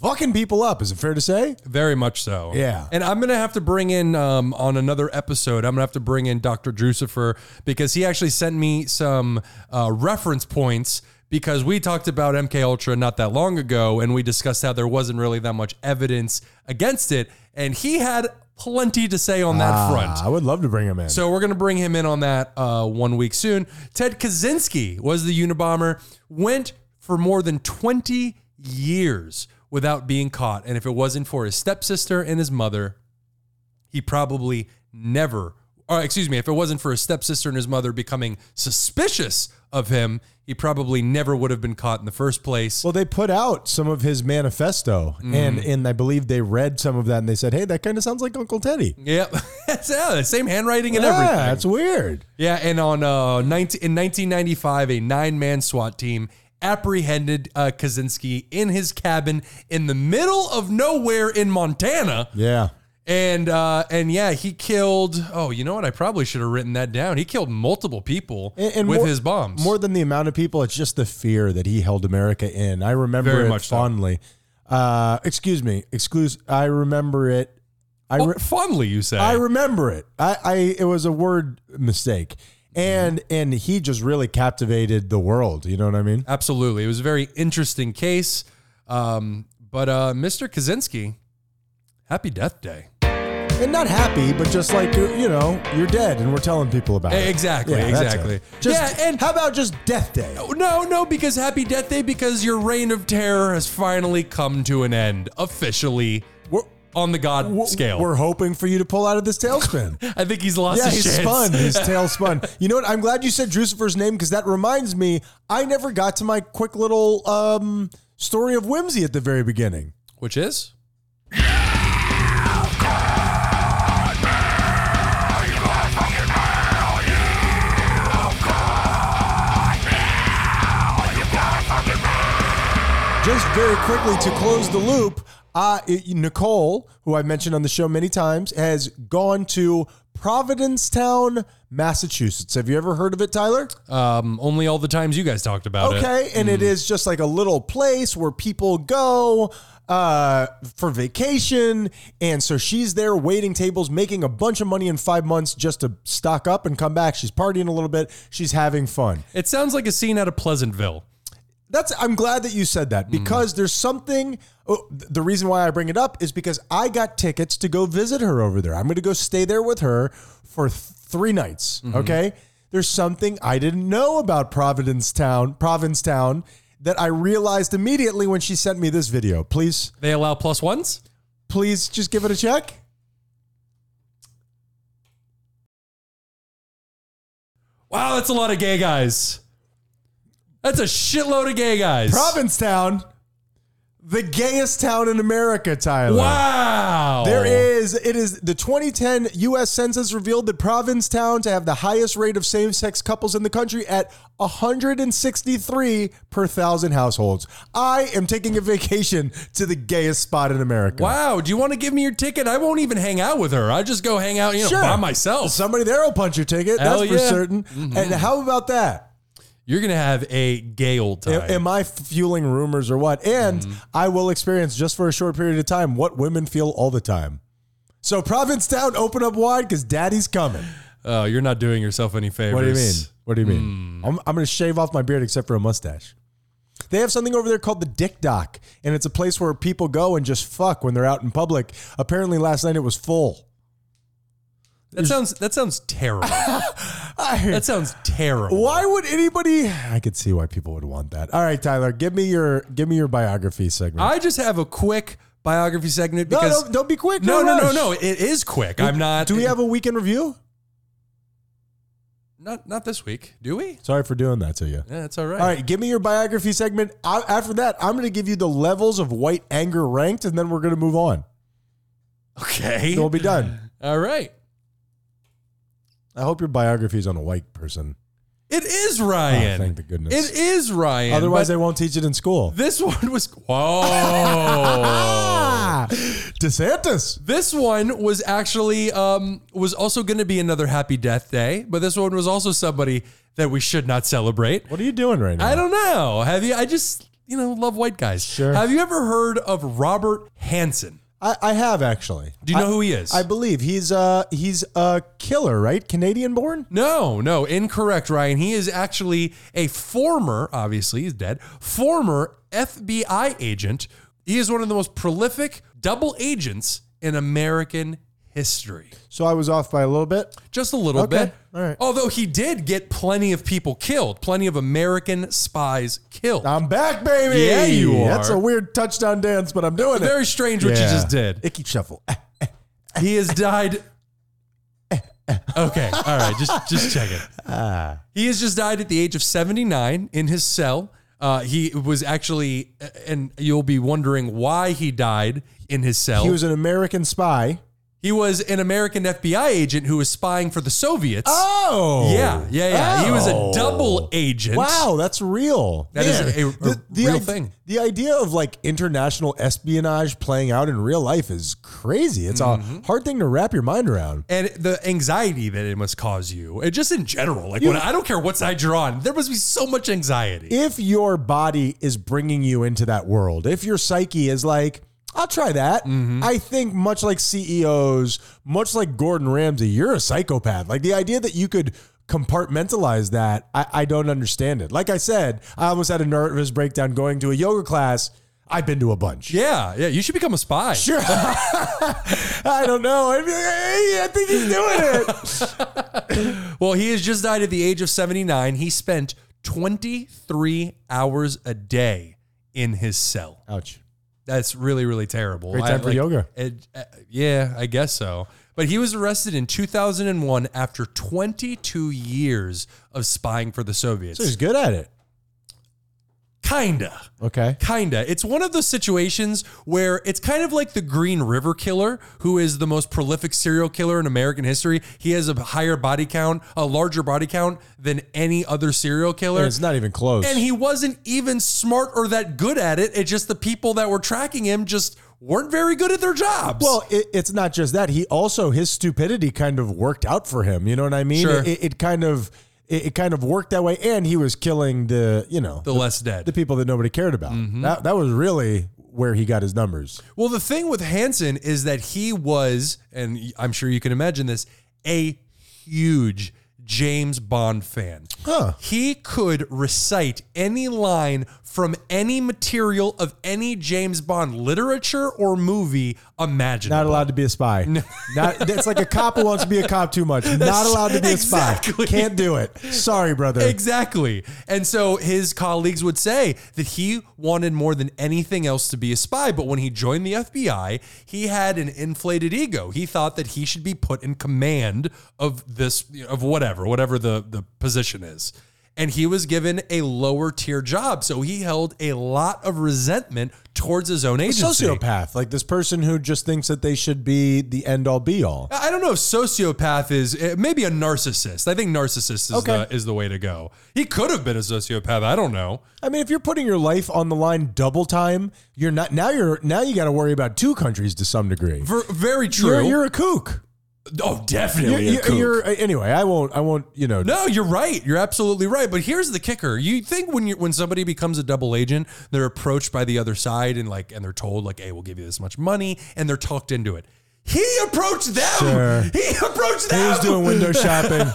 fucking people up. Is it fair to say?
Very much so.
Yeah.
And I'm going to have to bring in um, on another episode, I'm going to have to bring in Dr. Drusifer because he actually sent me some uh, reference points because we talked about MK Ultra not that long ago and we discussed how there wasn't really that much evidence against it. And he had plenty to say on that front.
I would love to bring him in.
So we're going to bring him in on that uh, one week soon. Ted Kaczynski was the Unabomber, went for more than 20 years without being caught. And if it wasn't for his stepsister and his mother, he probably never, or excuse me, if it wasn't for his stepsister and his mother becoming suspicious of him, he probably never would have been caught in the first place.
well, they put out some of his manifesto,
Mm-hmm.
and and I believe they read some of that, and they said, "Hey, that kind of sounds like Uncle Teddy."
yep. [LAUGHS] yeah, the same handwriting and
yeah,
everything.
that's weird.
Yeah, and on uh, 19, in 1995, a nine-man SWAT team apprehended uh, Kaczynski in his cabin in the middle of nowhere in Montana,
Yeah,
and uh, and yeah, he killed. Oh, you know what? I probably should have written that down. He killed multiple people
And- and
with
more-
his bombs.
more than the amount of people, it's just the fear that he held America in. I remember
Very
it
much so.
fondly. Uh, excuse me, excuse. I remember it. I
Oh,
re-
fondly, you say.
I remember it. I, I it was a word mistake, and and he just really captivated the world. You know what I mean?
Absolutely, it was a very interesting case. Um, but uh, Mr. Kaczynski, happy death day.
And not happy, but just like you you know, you're dead, and we're telling people about it.
Exactly,
Yeah, that's it.
exactly.
Just,
Yeah,
yeah,
and-
and how about just Death Day?
No, no, because Happy Death Day, because your reign of terror has finally come to an end, officially,
We're,
on the God
we're-
scale.
We're hoping for you to pull out of this tailspin.
I think he's lost
Yeah,
his
he's
chance.
spun.
[LAUGHS]
His tail spun. You know what? I'm glad you said Drucifer's name because that reminds me. I never got to my quick little um, story of whimsy at the very beginning.
Which is?
Just very quickly to close the loop, uh, it- Nicole, who I've mentioned on the show many times, has gone to Provincetown, Massachusetts. Have you ever heard of it, Tyler?
Um, only all the times you guys talked about it. Mm.
Okay, and it is just like a little place where people go uh, for vacation, and so she's there waiting tables, making a bunch of money in five months just to stock up and come back. She's partying a little bit, she's having fun.
It sounds like a scene out of Pleasantville.
That's I'm glad that you said that because there's something. oh, th- the reason why I bring it up is because I got tickets to go visit her over there. I'm going to go stay there with her for th- three nights. Okay, there's something I didn't know about Provincetown, Provincetown, that I realized immediately when she sent me this video. Please,
They allow plus ones?
please, just give it a check.
Wow, that's a lot of gay guys. That's a shitload of gay guys.
Provincetown, the gayest town in America, Tyler.
Wow.
There is. It is the 2010 U.S. Census revealed that Provincetown to have the highest rate of same-sex couples in the country at 163 per thousand households. I am taking a vacation to the gayest spot in America.
Wow, do you want to give me your ticket? I won't even hang out with her. I just go hang out, you know,
Sure.
by myself.
Somebody there will punch your ticket.
Hell
that's for
yeah. Mm-hmm.
certain. And how about that?
You're gonna have a gay old time.
Am, am I fueling rumors or what? And
Mm-hmm.
I will experience just for a short period of time what women feel all the time. So Provincetown, open up wide because daddy's coming.
Oh, you're not doing yourself any favors.
What do you mean? What do you mean?
Hmm.
I'm, I'm going to shave off my beard except for a mustache. They have something over there called the Dick Dock, and it's a place where people go and just fuck when they're out in public. Apparently, last night it was full.
That sounds that sounds
[LAUGHS]
terrible.
I-
that sounds terrible.
why would anybody? I could see why people would want that. All right, Tyler, give me your give me your biography segment.
I just have a quick biography segment
no,
because
no, don't be quick.
no, no, no,
rush.
no, It is quick. I'm not.
Do we have a weekend review?
[LAUGHS] not not this week? Do we?
Sorry for doing that to you.
Yeah, that's all right.
All right, give me your biography segment. I, after that, I'm going to give you the levels of white anger ranked, and then we're going to move on.
Okay.
We'll be done.
all right.
I hope your biography is on a white person.
It is
Oh,
Ryan.
thank the goodness.
It is Ryan.
Otherwise,
but
they won't teach it in
[LAUGHS]
school.
this
[LAUGHS]
one was. Whoa.
Ah, DeSantis.
This one was actually um, was also going to be another Happy Death Day, but this one was also somebody that we should not celebrate.
What are you doing right now?
I don't know. Have you? I just you know, love white guys. Sure. Have you ever heard of Robert Hansen?
I, I have actually.
Do you know
I,
who he is?
I believe he's uh he's a killer, right? Canadian born.
No, no, incorrect, Ryan. He is actually a former, obviously, he's dead, former FBI agent. He is one of the most prolific double agents in American history.
So I was off by a little bit.
Just a little
Okay,
bit.
all right.
Although he did get plenty of people killed, plenty of American spies killed.
I'm back, baby.
Yeah, you are.
That's a weird touchdown dance, but I'm doing it.
Very strange what you
Yeah.
just did.
Icky shuffle.
He has died. Okay, all right, just just check it. He has just died at the age of seventy nine in his cell. Uh, he was actually, and you'll be wondering why he died in his cell.
He was an American spy.
an American FBI agent who was spying for the Soviets.
Oh,
yeah, yeah, yeah. He was
Oh.
a double agent.
Wow, that's real.
That is a- a- a real
id-
thing.
The idea of like international espionage playing out in real life is crazy. It's
Mm-hmm.
a hard thing to wrap your mind around.
and the anxiety that it must cause you, and just in general, like when I don't care what side you're on, there must be so much anxiety.
If your body is bringing you into that world, if your psyche is like, I'll try that.
Mm-hmm.
I think much like CEOs, much like Gordon Ramsay, you're a psychopath. Like the idea that you could compartmentalize that, I, I don't understand it. Like I said, I almost had a nervous breakdown going to a yoga class. I've been to a bunch.
yeah, yeah. You should become a spy.
Sure. I don't know. I'd be like, hey, I think he's doing it.
Well, he has just died at the age of 79. He spent 23 hours a day in his cell.
[LAUGHS] Ouch.
That's really, really terrible.
Great time for yoga.
it- uh, yeah, I guess so. But he was arrested in 2001 after 22 years of spying for the Soviets.
So he's good at it.
kinda.
Okay.
Kinda. It's one of those situations where it's kind of like the Green River Killer, who is the most prolific serial killer in American history. He has a higher body count, a larger body count than any other serial killer.
And it's not even close.
and he wasn't even smart or that good at it. It's just the people that were tracking him just weren't very good at their jobs.
well, it, it's not just that. He also his stupidity kind of worked out for him. You know what I mean?
Sure.
It, it kind of it, it kind of worked that way, and he was killing the you know
the less dead.
the [LAUGHS] people that nobody cared about. That that was really where he got his numbers.
Well, the thing with Hansen is that he was, and I'm sure you can imagine this, a huge James Bond fan.
Huh.
He could recite any line from any material of any James Bond literature or movie imaginable.
Not allowed to be a spy. [LAUGHS] Not, it's like a cop who wants to be a cop too [LAUGHS] much. Not allowed to be a spy.
Exactly.
Can't do it. Sorry, brother.
[LAUGHS] Exactly. And so his colleagues would say that he wanted more than anything else to be a spy. But when he joined the FBI, he had an inflated ego. He thought that he should be put in command of this, of whatever, whatever the, the position is. And he was given a lower tier job. So he held a lot of resentment towards his own agency.
sociopath, like this person who just thinks that they should be the end all be all.
I don't know if sociopath is eh, maybe a narcissist. I think narcissist is,
Okay.
the, is the way to go. He could have been a sociopath. I don't know.
I mean, if you're putting your life on the line double time, you're not now. You're now you got to worry about two countries to some degree.
Ver- very true.
You're, you're a kook.
oh,
You're,
definitely. a
you're,
kook.
you're- anyway. I won't. I won't. You know.
no, you're right. You're absolutely right. But here's the kicker: you think when you when somebody becomes a double agent, they're approached by the other side and like and they're told like, "Hey, we'll give you this much money," and they're talked into it. He approached them.
Sure.
He approached
He
them.
was doing
[LAUGHS]
window shopping.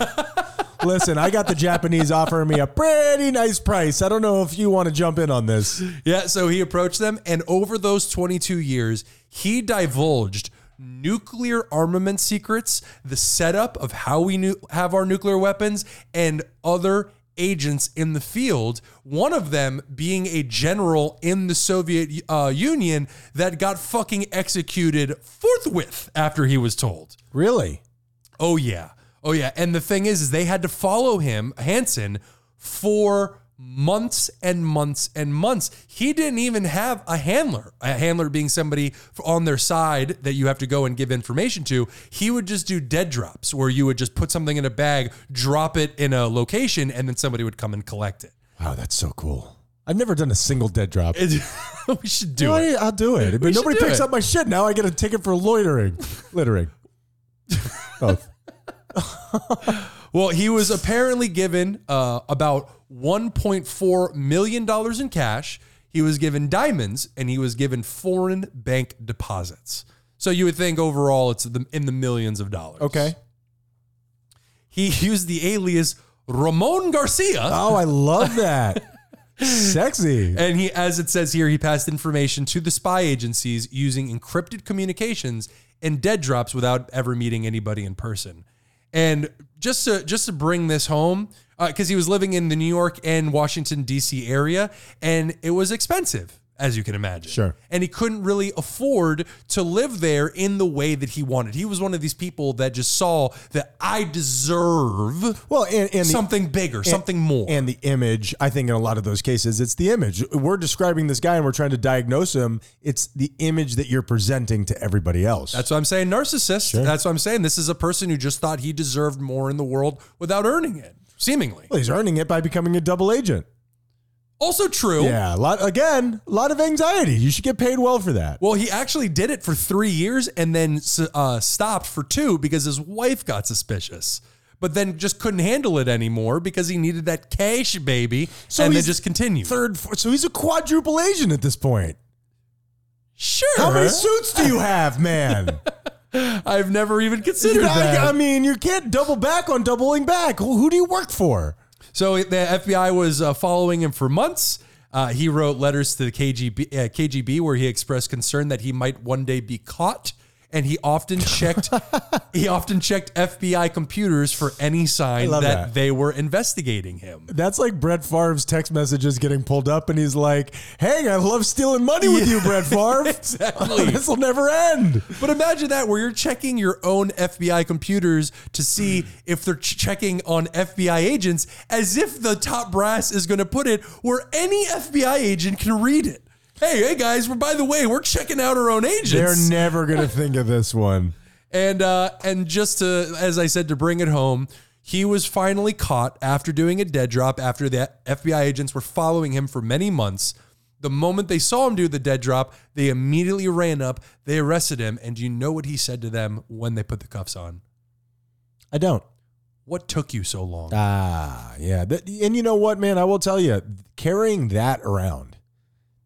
Listen, I got the Japanese offering me a pretty nice price. I don't know if you want to jump in on this.
Yeah, so he approached them, and over those 22 years, he divulged nuclear armament secrets, the setup of how we nu- have our nuclear weapons, and other agents in the field. One of them being a general in the Soviet uh, Union that got fucking executed forthwith after he was told.
Really?
Oh yeah. Oh yeah. And the thing is, is they had to follow him, Hansen, for months and months and months. He didn't even have a handler. A handler being somebody on their side that you have to go and give information to. He would just do dead drops where you would just put something in a bag, drop it in a location, and then somebody would come and collect it.
Wow, that's so cool. I've never done a single dead drop.
It's- [LAUGHS] we should do
Well,
it.
I- I'll do it. But
should
nobody
do
picks
it.
up my shit. Now I get a ticket for loitering. [LAUGHS] Littering. Both.
Well, he was apparently given uh, about $1.4 million in cash. he was given diamonds and he was given foreign bank deposits. So you would think overall it's the, in the millions of dollars.
Okay.
He [LAUGHS] used the alias Ramon Garcia.
Oh, I love that. Sexy.
And he, as it says here, he passed information to the spy agencies using encrypted communications and dead drops without ever meeting anybody in person. And just to just to bring this home, because he was living in the New York and Washington D.C. area, and it was expensive, as you can imagine.
Sure.
And he couldn't really afford to live there in the way that he wanted. He was one of these people that just saw that I deserve
Well, and, and the-
something bigger, something more.
And the image, I think in a lot of those cases, it's the image. We're describing this guy and we're trying to diagnose him. It's the image that you're presenting to everybody else.
That's what I'm saying. Narcissist. That's what I'm saying. This is a person who just thought he deserved more in the world without earning it, seemingly.
well, he's earning it by becoming a double agent.
Also true.
Yeah, a lot again, a lot of anxiety. You should get paid well for that.
Well, he actually did it for three years and then uh, stopped for two because his wife got suspicious, but then just couldn't handle it anymore because he needed that cash, baby,
So
and then
he's
just continued.
Third, fourth, so he's a quadruple agent at this point.
sure.
How many suits do you have, [LAUGHS] man?
I've never even
You
considered
know,
that.
I, I mean, you can't double back on doubling back. Who, who do you work for?
So the FBI was uh, following him for months. Uh, he wrote letters to the KGB, uh, KGB where he expressed concern that he might one day be caught, and he
[LAUGHS]
often checked he often checked FBI computers for any sign that,
love that.
they were investigating him.
That's like Brett Favre's text messages getting pulled up, and he's like, "Hang, I love stealing money with you, [LAUGHS] Brett Favre.
exactly.
[LAUGHS] this will never end."
But imagine that where you're checking your own FBI computers
[CLEARS THROAT]
to see if they're ch- checking on FBI agents as if the top brass is going to put it where any FBI agent can read it. Hey, hey guys, we're by the way, we're checking out our own
They're
agents.
never gonna think of this one.
and uh and just to as I said to bring it home, he was finally caught after doing a dead drop after the FBI agents were following him for many months. The moment they saw him do the dead drop, they immediately ran up, they arrested him, and do you know what he said to them when they put the cuffs on?
I don't.
What took you so long?
Ah, yeah. That- and you know what, man? I will tell you, carrying that around,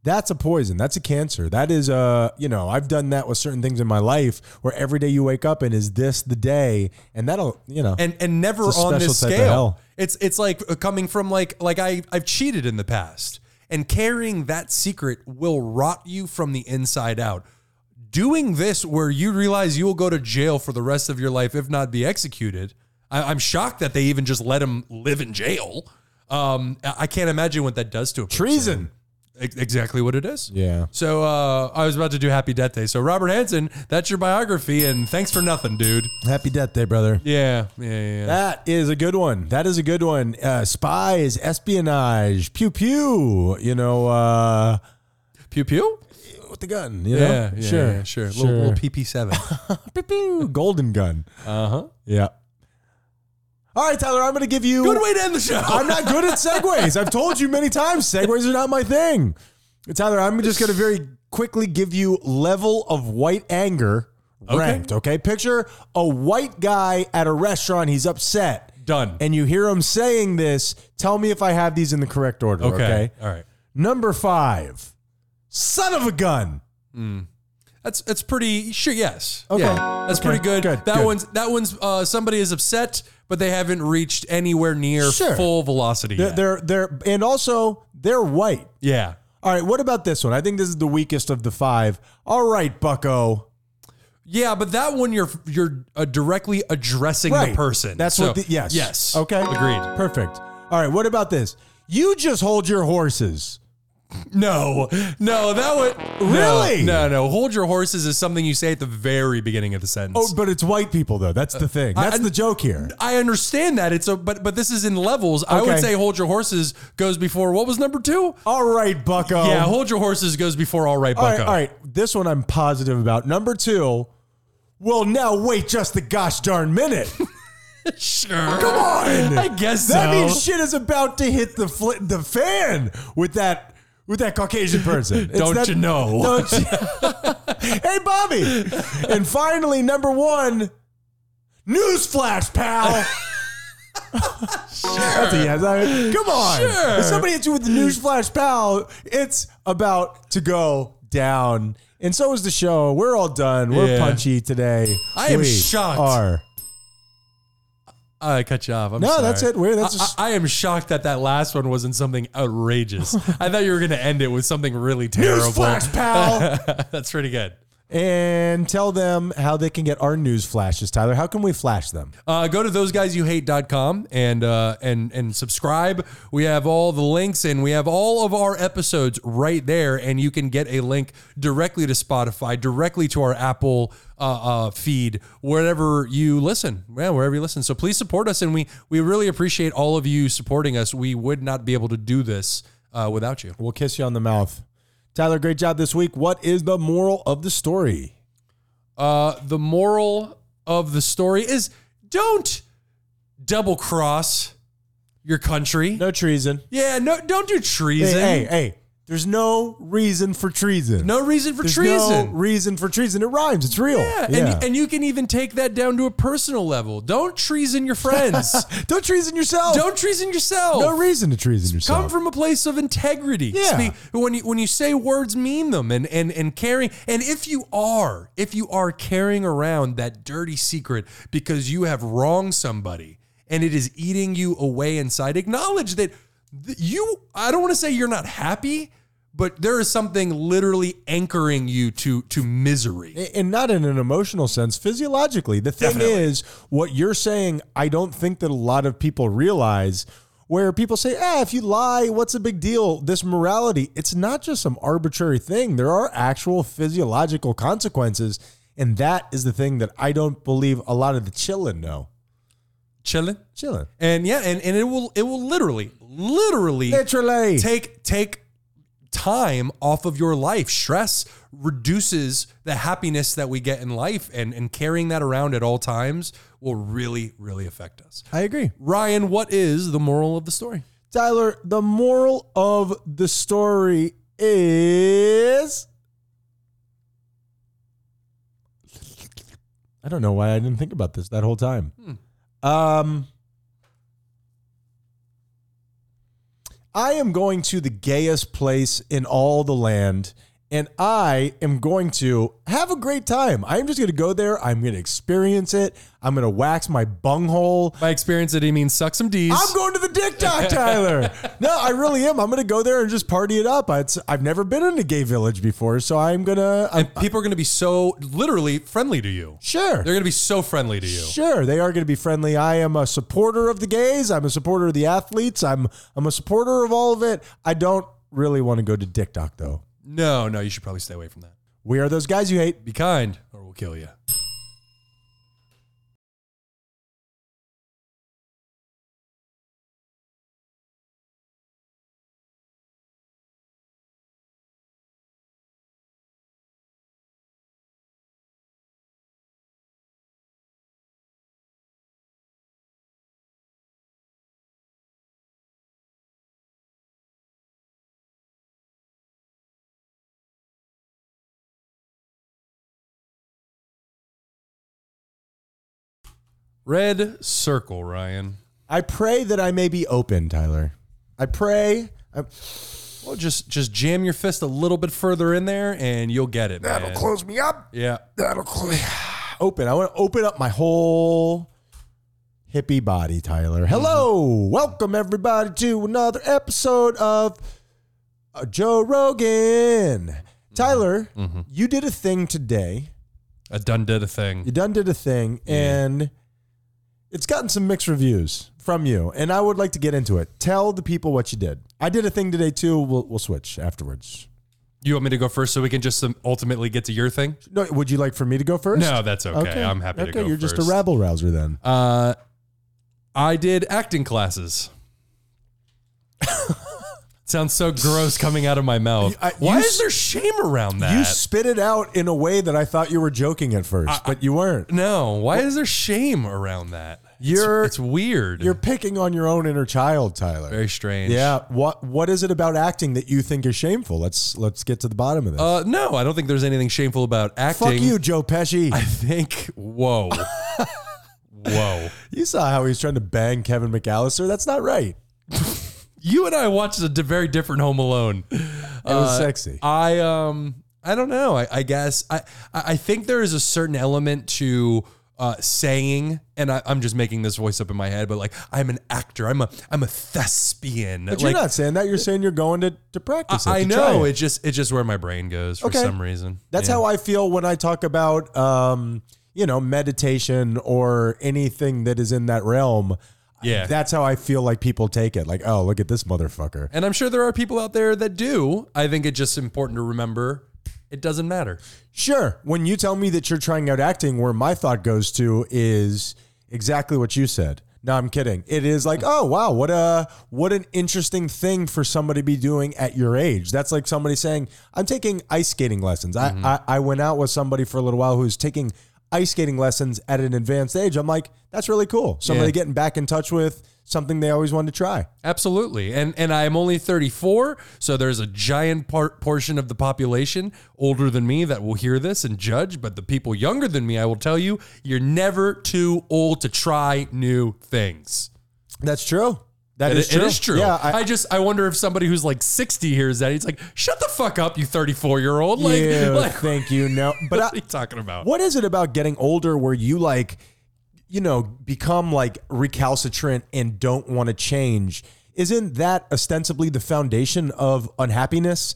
that's a poison. That's a cancer. That is a, you know, I've done that with certain things in my life where every day you wake up and is this the day? And that'll, you know,
and and never
It's a
on this
special type of
scale.
hell.
It's it's like uh, coming from like like I I've cheated in the past, and carrying that secret will rot you from the inside out. Doing this where you realize you will go to jail for the rest of your life if not be executed. I, I'm shocked that they even just let him live in jail. Um, I I can't imagine what that does to a person.
treason.
Ex- Exactly what it is.
Yeah.
So uh, I was about to do Happy Death Day. So Robert Hansen, that's your biography, and thanks for nothing, dude.
Happy death day, brother.
Yeah, yeah, yeah. yeah.
That is a good one. That is a good one. Uh, spies, espionage, pew pew. You know, uh,
Pew pew.
with the gun. You
Yeah,
know,
yeah,
sure,
yeah, sure. Little, little
[LAUGHS]
PP seven.
Pew, pew. golden gun.
Uh huh.
Yeah. All right, Tyler. I'm going to give you.
Good way to end the show.
I'm not good at segues. I've told you many times, segues are not my thing. Tyler, I'm just going to very quickly give you level of white anger ranked. Okay. Picture a white guy at a restaurant. He's upset.
Done.
And you hear him saying this. Tell me if I have these in the correct order. Okay.
okay. All right.
Number five, son of a gun.
That's that's pretty sure. Yes.
Okay.
Yeah, that's
Okay.
pretty good.
Good,
That
good.
one's that one's uh, somebody is upset, but they haven't reached anywhere near
Sure.
full velocity.
They're,
yet.
they're, they're, and also, they're white.
yeah.
All right. What about this one? I think this is the weakest of the five. All right, bucko.
Yeah, but that one you're you're uh, directly addressing the
Right.
person.
That's
So,
what. The, yes.
Yes.
Okay.
Agreed.
Perfect. All right. What about this? You just hold your horses.
No. No. That would no,
Really?
No. No. Hold your horses is something you say at the very beginning of the sentence.
Oh, but it's white people though. That's the thing. That's
Uh, I-
the joke here.
I understand that it's a but but this is in levels. I would
Okay.
say hold your horses goes before what was number two?
All right, Bucko.
Yeah, hold your horses goes before all right,
Oh. all right.
Bucko.
All right. This one I'm positive about. Number two. Well, now wait just the gosh darn
[LAUGHS]
minute.
sure. Come on, I guess
That
so.
means shit is about to hit the fl- the fan with that with that Caucasian person. It's
Don't
that-
you know?
[LAUGHS] Don't you- [LAUGHS] hey, Bobby. And finally, number one, newsflash, pal. That's a yes. I mean, come on.
Sure.
If somebody hits you with the newsflash, pal, it's about to go down. And so is the show. We're all done. We're
Yeah.
punchy today.
I am
We
shocked.
Are.
I cut you off. I'm
No,
sorry.
that's it. We're- that's
I-
just-
I, I am shocked that that last one wasn't something
[LAUGHS]
outrageous. I thought you were going to end it with something really terrible.
Newsflash, [LAUGHS] pal.
[LAUGHS] that's pretty good.
and tell them how they can get our news flashes, Tyler. How can we flash them?
Uh, go to thoseguysyouhate.com and uh, and and subscribe. We have all the links and we have all of our episodes right there, and you can get a link directly to Spotify, directly to our Apple uh, uh, feed, wherever you listen, yeah, wherever you listen. So please support us, and we we really appreciate all of you supporting us. We would not be able to do this uh, without you.
We'll kiss you on the mouth. Tyler, great job this week. What is the moral of the story?
Uh, the moral of the story is don't double cross your country.
No treason.
Yeah, no, don't do
Hey,
treason.
hey, hey. There's no reason for treason.
No reason for
There's
treason.
no reason for treason. It rhymes. It's real.
yeah, and, you- and you can even take that down to a personal level. Don't treason
[LAUGHS]
your friends.
don't treason yourself.
don't treason yourself.
No reason to treason
Come
yourself.
from a place of integrity.
Yeah.
Speak- when you when you say words, mean them, and and and caring. And if you are, if you are carrying around that dirty secret because you have wronged somebody and it is eating you away inside, acknowledge that th- you. I don't want to say you're not happy, but there is something literally anchoring you to to misery.
and not in an emotional sense, physiologically. The thing is, what you're saying, I don't think that a lot of people realize. Where people say, ah, if you lie, what's the big deal? This morality, it's not just some arbitrary thing. There are actual physiological consequences. And that is the thing that I don't believe a lot of the chillin' know.
Chilling.
Chillin'.
And yeah, and, and it will it will literally, literally
Literally.
take take time off of your life. Stress reduces the happiness that we get in life, and and carrying that around at all times will really really affect us.
I agree.
Ryan, what is the moral of the story?
Tyler, the moral of the story is. I don't know why I didn't think about this that whole time. Um, I am going to the gayest place in all the land, and I am going to have a great time. I am just going to go there. I'm going to experience it. I'm going to wax my bunghole.
By experience, it means suck some D's.
I'm going to the dick dock, Tyler. no, I really am. I'm going to go there and just party it up. I, I've never been in a gay village before, so I'm gonna. I'm,
and people are going to be so literally friendly to you.
sure,
They're going to be so friendly to you.
sure, they are going to be friendly. I am a supporter of the gays. I'm a supporter of the athletes. I'm I'm a supporter of all of it. I don't really want to go to dick dock though.
No, no, you should probably stay away from that.
We are those guys you hate.
Be kind, or we'll kill you. Red circle, Ryan.
I pray that I may be open, Tyler. I pray. I,
Well, just just jam your fist a little bit further in there, and you'll get it, man.
Close me up.
yeah.
That'll close.
[SIGHS] open. I want to open up my whole hippie body, Tyler. Hello.
Mm-hmm.
Welcome, everybody, to another episode of uh, Joe Rogan.
Mm-hmm.
Tyler, you did a thing today.
I done did a thing.
You done did a thing, and it's gotten some mixed reviews from you. And I would like to get into it. Tell the people what you did. I did a thing today, too. We'll, we'll switch afterwards.
You want me to go first so we can just um, ultimately get to your thing?
No, would you like for me to go first?
No, that's okay. I'm happy to
Okay,
go
you're just
first.
a rabble rouser then.
Uh, I did
[LAUGHS]
acting classes. Sounds so gross coming out of my mouth.
I-
Why
you
is
s-
there shame around that?
You spit it out in a way that I thought you were joking at first, but you weren't.
no. Why is there shame around that? It's-
You're-
it's, weird.
You're picking on your own inner child, Tyler.
very strange.
Yeah. What What is it about acting that you think is shameful? Let's Let's get to the bottom of this.
Uh, no, I don't think there's anything shameful about acting.
Fuck you, Joe Pesci.
I think. Whoa. Whoa.
You saw how he's trying to bang Kevin McAllister. That's not right.
you and I watched a di- very different Home Alone.
It was sexy.
Uh, I um I don't know. I, I guess I I I think there is a certain element to uh, saying, and I, I'm just making this voice up in my head, but like I'm an actor. I'm a I'm a thespian.
But
like,
you're not saying that. You're saying you're going to, to practice. it,
I
to try
know
it.
it's just it's just where my brain goes for
Okay.
some reason.
That's how I feel when I talk about, um, you know, meditation or anything that is in that realm.
Yeah.
That's how I feel like people take it. Like, oh, look at this motherfucker.
and I'm sure there are people out there that do. I think it's just important to remember it doesn't matter.
Sure. When you tell me that you're trying out acting, where my thought goes to is exactly what you said. No, I'm kidding. It is like, oh wow, what a what an interesting thing for somebody to be doing at your age. That's like somebody saying, I'm taking ice skating lessons.
Mm-hmm.
I, I I went out with somebody for a little while who's taking ice skating lessons at an advanced age. I'm like, that's really cool. Somebody
Yeah.
getting back in touch with something they always wanted to try.
Absolutely. And and I'm only 34, so there's a giant part, portion of the population older than me that will hear this and judge, but the people younger than me, I will tell you, you're never too old to try new things.
That's true.
It-
That is
it
true.
is true.
Yeah,
I, just I wonder if somebody who's like 60 hears that, he's like, "Shut the fuck up, you 34-year-old." Like,
yeah,
[LAUGHS] like
thank you.
[LAUGHS]
No, but
what
I,
are you talking about?
What is it about getting older where you like, you know, become like recalcitrant and don't want to change? Isn't that ostensibly the foundation of unhappiness?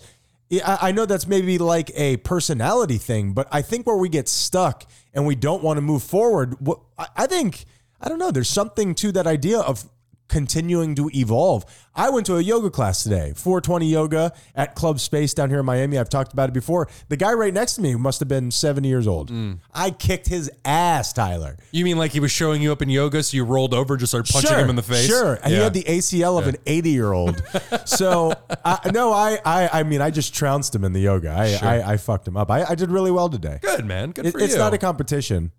Yeah, I I know that's maybe like a personality thing, but I think where we get stuck and we don't want to move forward, what I I think, I don't know, there's something to that idea of continuing to evolve. I went to a yoga class today, 420 yoga at Club Space down here in Miami. I've talked about it before. The guy right next to me must have been 70 years old. I kicked his ass, Tyler.
You mean like he was showing you up in yoga, so you rolled over, just started punching him in the face?
Sure. He
Yeah.
had the ACL of an 80 year old. so, I, no, I, I I mean, I just trounced him in the yoga. I, I, I fucked him up. I, I did really well today.
good man. Good
It-
for
it's
you.
not a competition.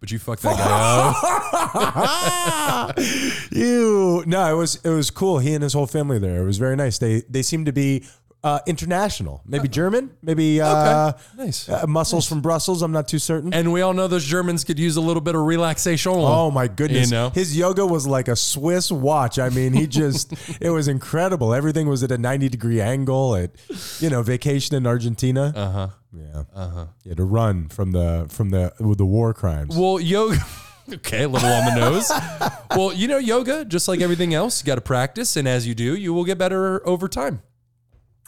but you fucked
[LAUGHS]
that guy up.
you no it was it was cool he and his whole family there it was very nice they they seemed to be uh, international maybe german maybe uh,
Nice.
uh, muscles from brussels i'm not too certain
And we all know those Germans could use a little bit of relaxation.
oh my goodness
You know?
his yoga was like a swiss watch i mean [LAUGHS] he just it was incredible everything was at a 90 degree angle at you know vacation in argentina uh-huh yeah uh-huh yeah to run from the from the with the war crimes
Well, yoga. [LAUGHS] Okay, a little on the [LAUGHS] nose. well, you know, yoga, just like everything else, you got to practice. And as you do, you will get better over time.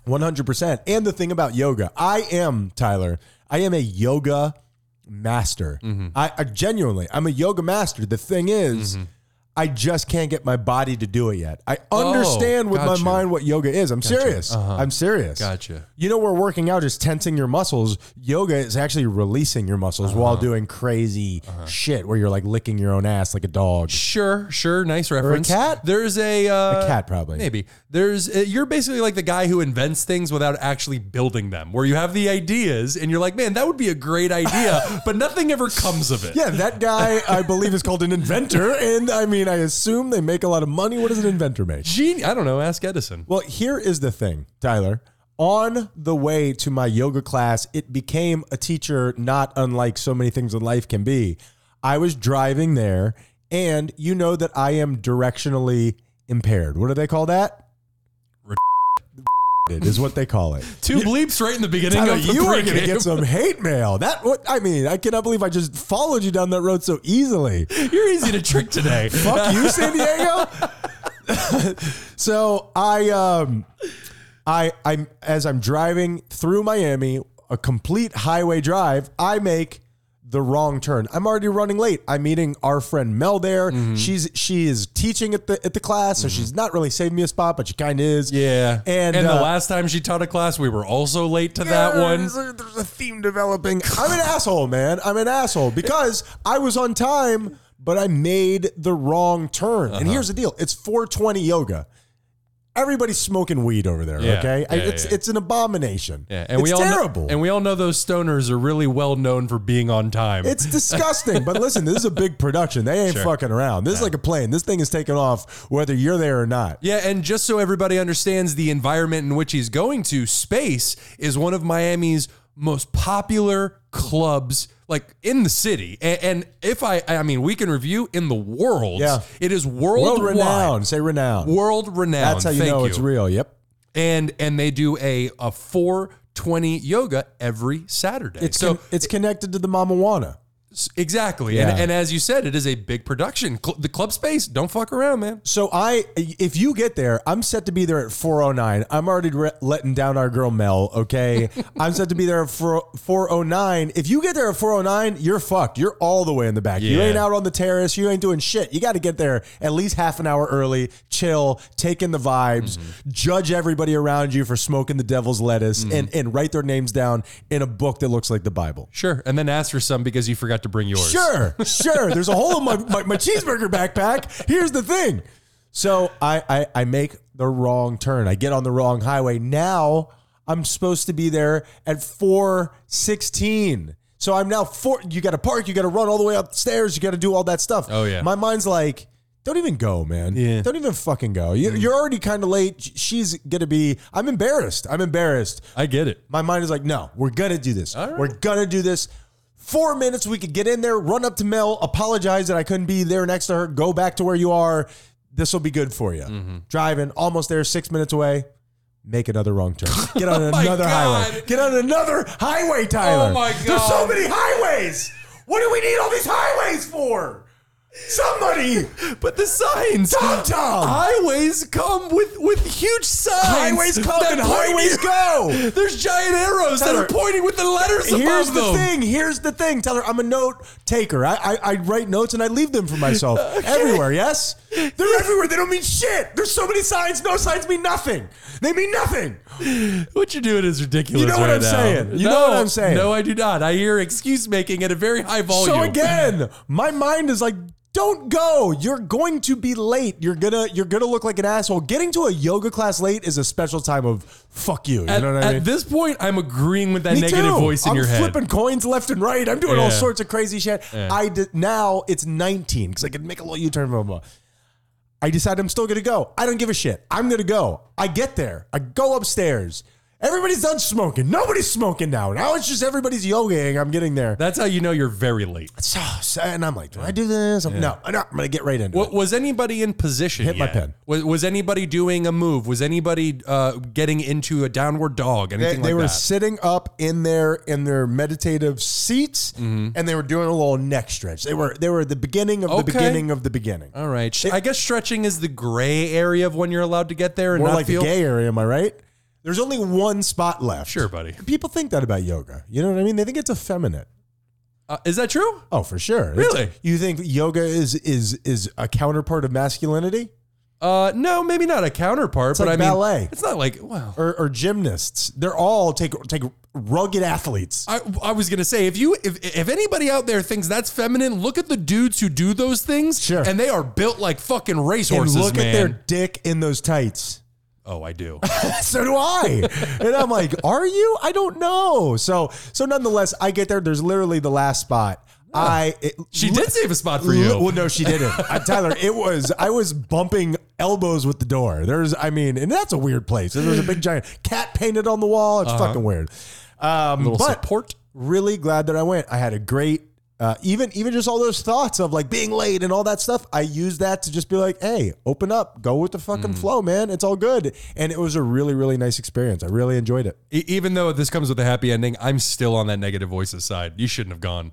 100%. And the thing about yoga, I am, Tyler, I am a yoga master.
Mm-hmm.
I, I genuinely, I'm a yoga master. The thing is, I just can't get my body to do it yet. I
Oh,
understand with
got
my
you.
mind what yoga is. I'm serious. I'm serious.
Gotcha.
You know where working out is tensing your muscles. Yoga is actually releasing your muscles
Uh-huh.
while doing crazy shit where you're like licking your own ass like a dog.
Sure, sure. Nice reference.
cat?
There's a. Uh,
A cat, probably.
Maybe. There's. Uh, you're basically like the guy who invents things without actually building them, where you have the ideas and you're like, man, that would be a great [LAUGHS] idea, but nothing ever comes of it.
Yeah, that guy I believe is called an inventor, and I mean I assume they make a lot of money. What does an inventor make?
Gene, I don't know. Ask Edison.
Well, here is the thing, Tyler. On the way to my yoga class, it became a teacher not unlike so many things in life can be. I was driving there, and you know that I am directionally impaired. What do they call that? [LAUGHS] It is what they call it.
Two bleeps right in the beginning
Tyler,
of the
you are going to
pregame.
get some hate mail. That what I mean, I cannot believe I just followed you down that road so easily.
You're easy to trick [LAUGHS] today.
fuck you, San
[LAUGHS]
Diego. so I, um, I, I'm as I'm driving through Miami, a complete highway drive. I make the wrong turn. I'm already running late. I'm meeting our friend Mel there.
Mm-hmm.
She's she is teaching at the at the class, so she's not really saving me a spot, but she kind of is.
Yeah.
and, uh,
the last time she taught a class, we were also late to that
Yeah,
one.
There's a, there's a theme developing. I'm an asshole, man. I'm an asshole because I was on time, but I made the wrong turn.
Uh-huh.
And here's the deal: it's 420 yoga. Everybody's smoking weed over there.
Yeah,
okay, I-
yeah,
it's
yeah.
it's an abomination.
Yeah,
it's
all
terrible.
Know, and we all know those stoners are really well known for being on time.
it's disgusting, but listen, this is a big production. They ain't fucking around. This is like a plane. This thing is taking off whether you're there or not.
yeah, and just so everybody understands the environment in which he's going to, space is one of Miami's most popular clubs like in the city, and, and if I, I mean, we can review in the world.
Yeah.
it is
World
world renowned.
renowned. Say renowned.
World renowned.
That's how you
Thank
know it's real. Yep.
and and they do a a four twenty yoga every Saturday.
It's
so
con- it's connected to the Mamawana.
exactly, and,
Yeah.
and as you said, it is a big production. Cl- the club space, don't fuck around, man.
So I, if you get there, I'm set to be there at 4:09. I'm already re- letting down our girl Mel. Okay, I'm set to be there at 4, 4:09. If you get there at 4:09, you're fucked. You're all the way in the back. You
Yeah.
ain't out on the terrace. You ain't doing shit. You got to get there at least half an hour early. Chill, take in the vibes, judge everybody around you for smoking the devil's lettuce, and and write their names down in a book that looks like the Bible.
Sure, and then ask for some because you forgot to bring yours.
Sure, sure. There's a hole in my, my, my cheeseburger backpack. Here's the thing. So I, I I make the wrong turn. I get on the wrong highway. Now I'm supposed to be there at 416. So I'm now four you gotta park, you gotta run all the way upstairs, you gotta do all that stuff.
Oh, yeah.
My mind's like don't even go, man.
Yeah.
Don't even fucking go. You- You're already kind of late. Sh- She's going to be, I'm embarrassed. I'm embarrassed
I get it.
my mind is like, no, we're gonna do this.
right.
We're gonna do this. Four minutes, we could get in there, run up to Mel, apologize that I couldn't be there next to her, go back to where you are. This will be good for you.
Mm-hmm.
Driving, almost there, six minutes away. Make another wrong
[LAUGHS]
turn. Get on
Oh my
another highway.
God. Oh
Get on another highway, Tyler.
my
There's so
God.
many highways. What do we need all these highways for? Somebody,
But the signs,
Tom Tom.
highways come with with huge signs.
Highways come
that
and
point
highways
you-
go.
[LAUGHS] There's giant arrows that
Tyler,
are pointing with the letters
Here's
above
the
them.
thing. Here's the thing, Tyler. I'm a note taker. I, I, I write notes and I leave them for
[LAUGHS]
myself everywhere. Yes, they're everywhere. They don't mean shit. There's so many signs. No signs mean nothing. They mean nothing.
What you're doing is ridiculous.
You know what
right
I'm
now.
saying. You know what I'm saying.
No, I do not. I hear excuse making at a very high volume.
So again, my mind is like, don't go. You're going to be late. You're gonna you're gonna look like an asshole. Getting to a yoga class late is a special time of fuck you. You
at,
know what I
at
mean?
this point, I'm agreeing with that
Me
negative
too.
voice in
I'm
your head.
flipping coins left and right. I'm doing all
Yeah.
sorts of crazy shit. I did, now it's 19 because I can make a little U-turn. Blah, blah, blah. I decide I'm still gonna go. I don't give a shit. I'm gonna go. I get there. I go upstairs. Everybody's done smoking. Nobody's smoking now. Now it's just everybody's yogaing. I'm getting there.
That's how you know you're very late.
So, so- and I'm like, do I do this? I'm, No, no. I'm gonna get right into
Wa-
it.
was anybody in position?
Hit my
yet?
pen.
Was, was anybody doing a move? Was anybody uh, getting into a downward dog?
They,
Anything
they
like
were
that?
sitting up in their in their meditative seats,
Mm-hmm.
and they were doing a little neck stretch. They were they were the beginning of the
Okay.
beginning of the beginning.
All right. Sh- I guess stretching is the gray area of when you're allowed to get there and
More
not
like
feel.
the gay area, am I right? There's only one spot left.
Sure, buddy.
People think that about yoga. You know what I mean? They think it's effeminate.
Uh, is that true?
Oh, for sure. It's-
Really?
you think yoga is is is a counterpart of masculinity
Uh, no, maybe not a counterpart, but
like
I mean,
ballet.
it's not like wow.
or, or gymnasts? They're all take take rugged athletes.
I, I was gonna say if you if if anybody out there thinks that's feminine, look at the dudes who do those things,
Sure.
and they are built like fucking
And
racehorses,
look
man.
at their dick in those tights. [LAUGHS]
oh, I do.
so do I. And I'm like, are you? I don't know. So so nonetheless, I get there. There's literally the last spot. I it,
She did save a spot for
Li-
you.
Well, no, she didn't. Uh, Tyler, it was I was bumping elbows with the door. There's, I mean, and that's a weird place. There was a big giant cat painted on the wall. It's fucking weird. Um,
Uh-huh. Little
but
support.
really glad that I went. I had a great. Uh, even even just all those thoughts of like being late and all that stuff, I used that to just be like, "Hey, open up, go with the fucking
Mm.
flow, man. It's all good." And it was a really really nice experience. I really enjoyed it.
E- Even though this comes with a happy ending, I'm still on that negative voices side. You shouldn't have gone.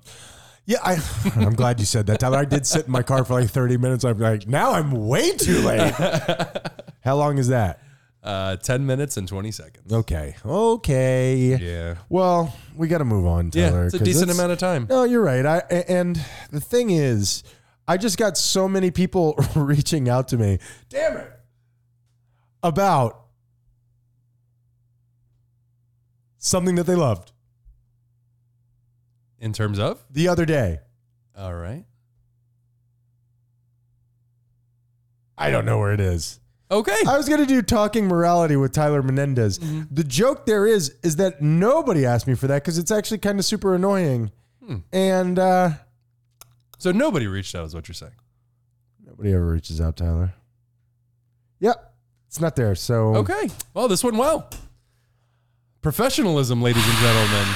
Yeah, I, [LAUGHS] I'm glad you said that, Tyler. I did sit in my car for like 30 minutes. I'm like, now I'm way too
[LAUGHS]
late. How long is that?
Uh, Ten minutes and twenty seconds.
Okay. Okay.
Yeah.
Well, we got to move on,
Yeah,
Tyler.
it's a
'cause
decent amount of time.
No, you're right. I a- and the thing is, I just got so many people [LAUGHS] reaching out to me. Damn it. About something that they loved
In terms of,
the other day.
all right,
I don't know where it is.
okay.
I was gonna do talking morality with Tyler Menendez. The joke there is is that nobody asked me for that because it's actually kind of super annoying, and uh,
so nobody reached out, is what you're saying.
nobody ever reaches out, Tyler. Yep, it's not there. So
Okay. Well, this went well. Professionalism, ladies and gentlemen.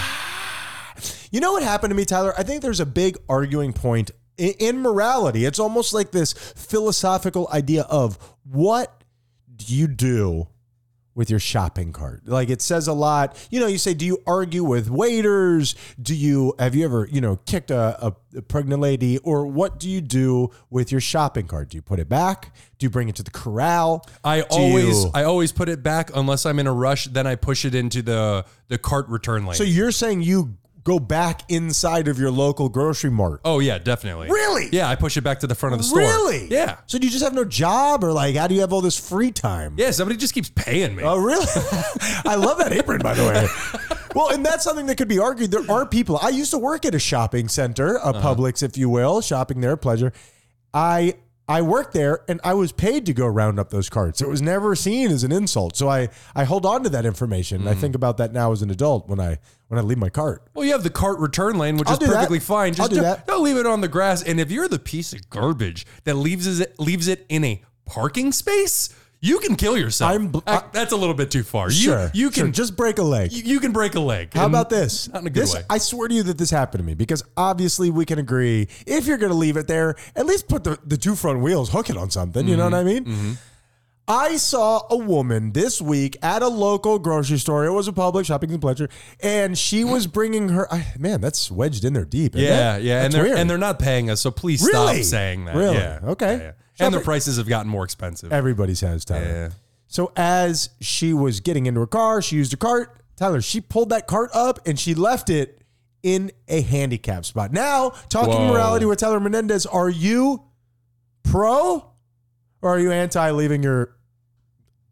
You know what happened to me, Tyler? I think there's a big arguing point in, in morality. It's almost like this philosophical idea of what do you do with your shopping cart? Like it says a lot. You know, you say, do you argue with waiters? Do you have you ever you know kicked a, a, a pregnant lady? Or what do you do with your shopping cart? Do you put it back? Do you bring it to the corral?
I
Do
always
you-
I always put it back unless I'm in a rush. Then I push it into the the cart return lane.
so you're saying you go back inside of your local grocery mart?
oh yeah, definitely.
Really?
Yeah, I push it back to the front of the store.
Really?
Yeah.
So do you just have no job, or like, how do you have all this free time?
Yeah. Somebody just keeps paying me.
Oh, really? [LAUGHS] I love that apron, by the way. Well, and that's something that could be argued. There are people. I used to work at a shopping center, a
Uh-huh.
Publix, if you will, shopping there, pleasure. I I worked there, and I was paid to go round up those carts. It was never seen as an insult. So I I hold on to that information.
Mm.
I think about that now as an adult when I when I leave my cart.
Well, you have the cart return lane, which
I'll
is
do that.
perfectly fine. Just
I'll do
don't-
that.
Don't leave it on the grass. And if you're the piece of garbage that leaves it leaves it in a parking space, you can kill yourself.
I'm bl-
That- that's a little bit too far.
sure,
You you
sure,
can
just break a leg.
you, you can break a leg.
How
And
about this?
Not in a good
this,
way.
I swear to you that this happened to me because obviously we can agree if you're going to leave it there, at least put the, the two front wheels, hook it on something. You know what I mean?
Mm-hmm.
I saw a woman this week at a local grocery store. It was a public shopping and pleasure, and she was bringing her. I, man, that's wedged in there deep. isn't
Yeah,
it?
yeah, and
That's
they're
weird.
and they're not paying us, so please
Really?
stop saying that.
Really?
Yeah.
Okay.
Yeah, yeah. And the
Shopping-
prices have gotten more expensive.
Everybody says Tyler.
Yeah.
So as she was getting into her car, she used her cart. Tyler, she pulled that cart up and she left it in a handicap spot. Now, talking
Whoa.
morality with Tyler Menendez, are you pro or are you anti leaving your?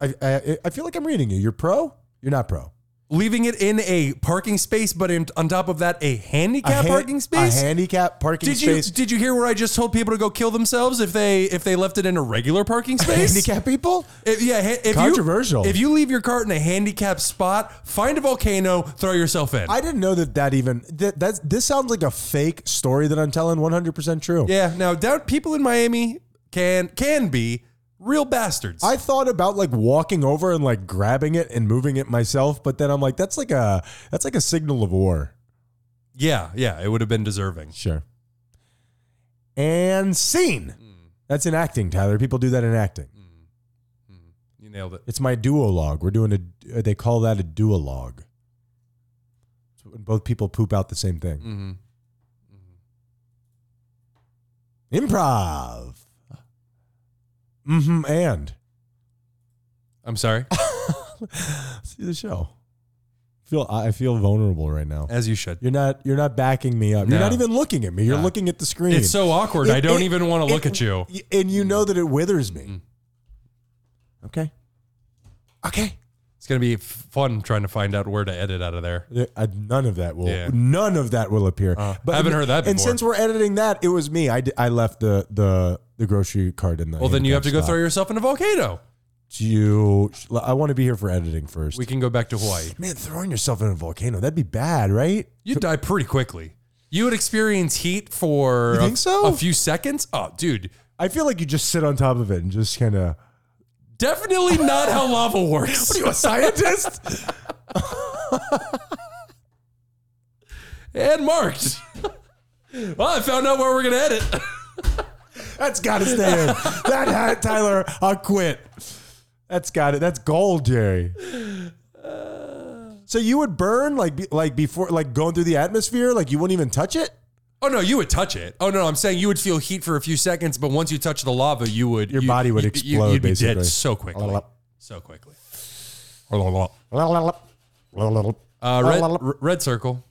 I, I I feel like I'm reading you. You're pro. You're not pro.
Leaving it in a parking space, but in, on top of that, a
A
handicap
han-
parking space.
A handicap parking
did you
space.
did you hear where I just told people to go kill themselves if they if they left it in a regular
[LAUGHS]
parking [LAUGHS] space?
handicap people.
If, yeah, ha- if
Controversial.
You, if you leave your cart in a handicapped spot, find a volcano, throw yourself in.
I didn't know that that even that that's, this sounds like a fake story that I'm telling. 100 percent true.
yeah. Now, down people in Miami can can be real bastards.
I thought about like walking over and like grabbing it and moving it myself, but then I'm like, that's like a that's like a signal of war.
yeah, yeah. It would have been deserving.
Sure. And scene. That's in acting, Tyler. People do that in acting.
You nailed it.
It's my duologue. We're doing a. They call that a duologue. It's when both people poop out the same thing. Improv. Mm-hmm. And
I'm sorry.
see the show. Feel I feel vulnerable right now.
As
[LAUGHS]
you should.
You're not you're not backing me up. You're
No.
not even looking at me. You're
No.
looking at the screen.
It's so awkward.
It-
I don't
it-
even want to look
it-
at you. Mm.
y- And you know that it withers me. Okay. Okay.
It's gonna be f- fun trying to find out where to edit out of there.
There- uh, None of that will.
Yeah.
None of that will appear.
I haven't heard that
And
before.
since we're editing that, it was me. I, d- I left the the the grocery cart in the.
Well, then you have to go
handicap
throw yourself in a volcano.
spot. You. I want to be here for editing first.
We can go back to Hawaii.
Man, throwing yourself in a volcano that'd be bad, right?
You'd die pretty quickly. You would experience heat for
You
a-
think so?
a few seconds. Oh, dude,
I feel like you just sit on top of it and just kind of.
Definitely not
[LAUGHS]
how lava works.
Are you a scientist?
[LAUGHS] and marked. well, I found out where we're gonna edit.
That's got to stay in. That hat, Tyler, I'll quit. That's got it. That's gold, Jerry. So you would burn like be- like before like going through the atmosphere like you wouldn't even touch it.
Oh no, you would touch it. Oh no, I'm saying you would feel heat for a few seconds, but once you touch the lava, you would
Your
you-
body would
you-
explode,
You'd be
basically.
dead so quickly, so quickly. Uh, red, r- red circle.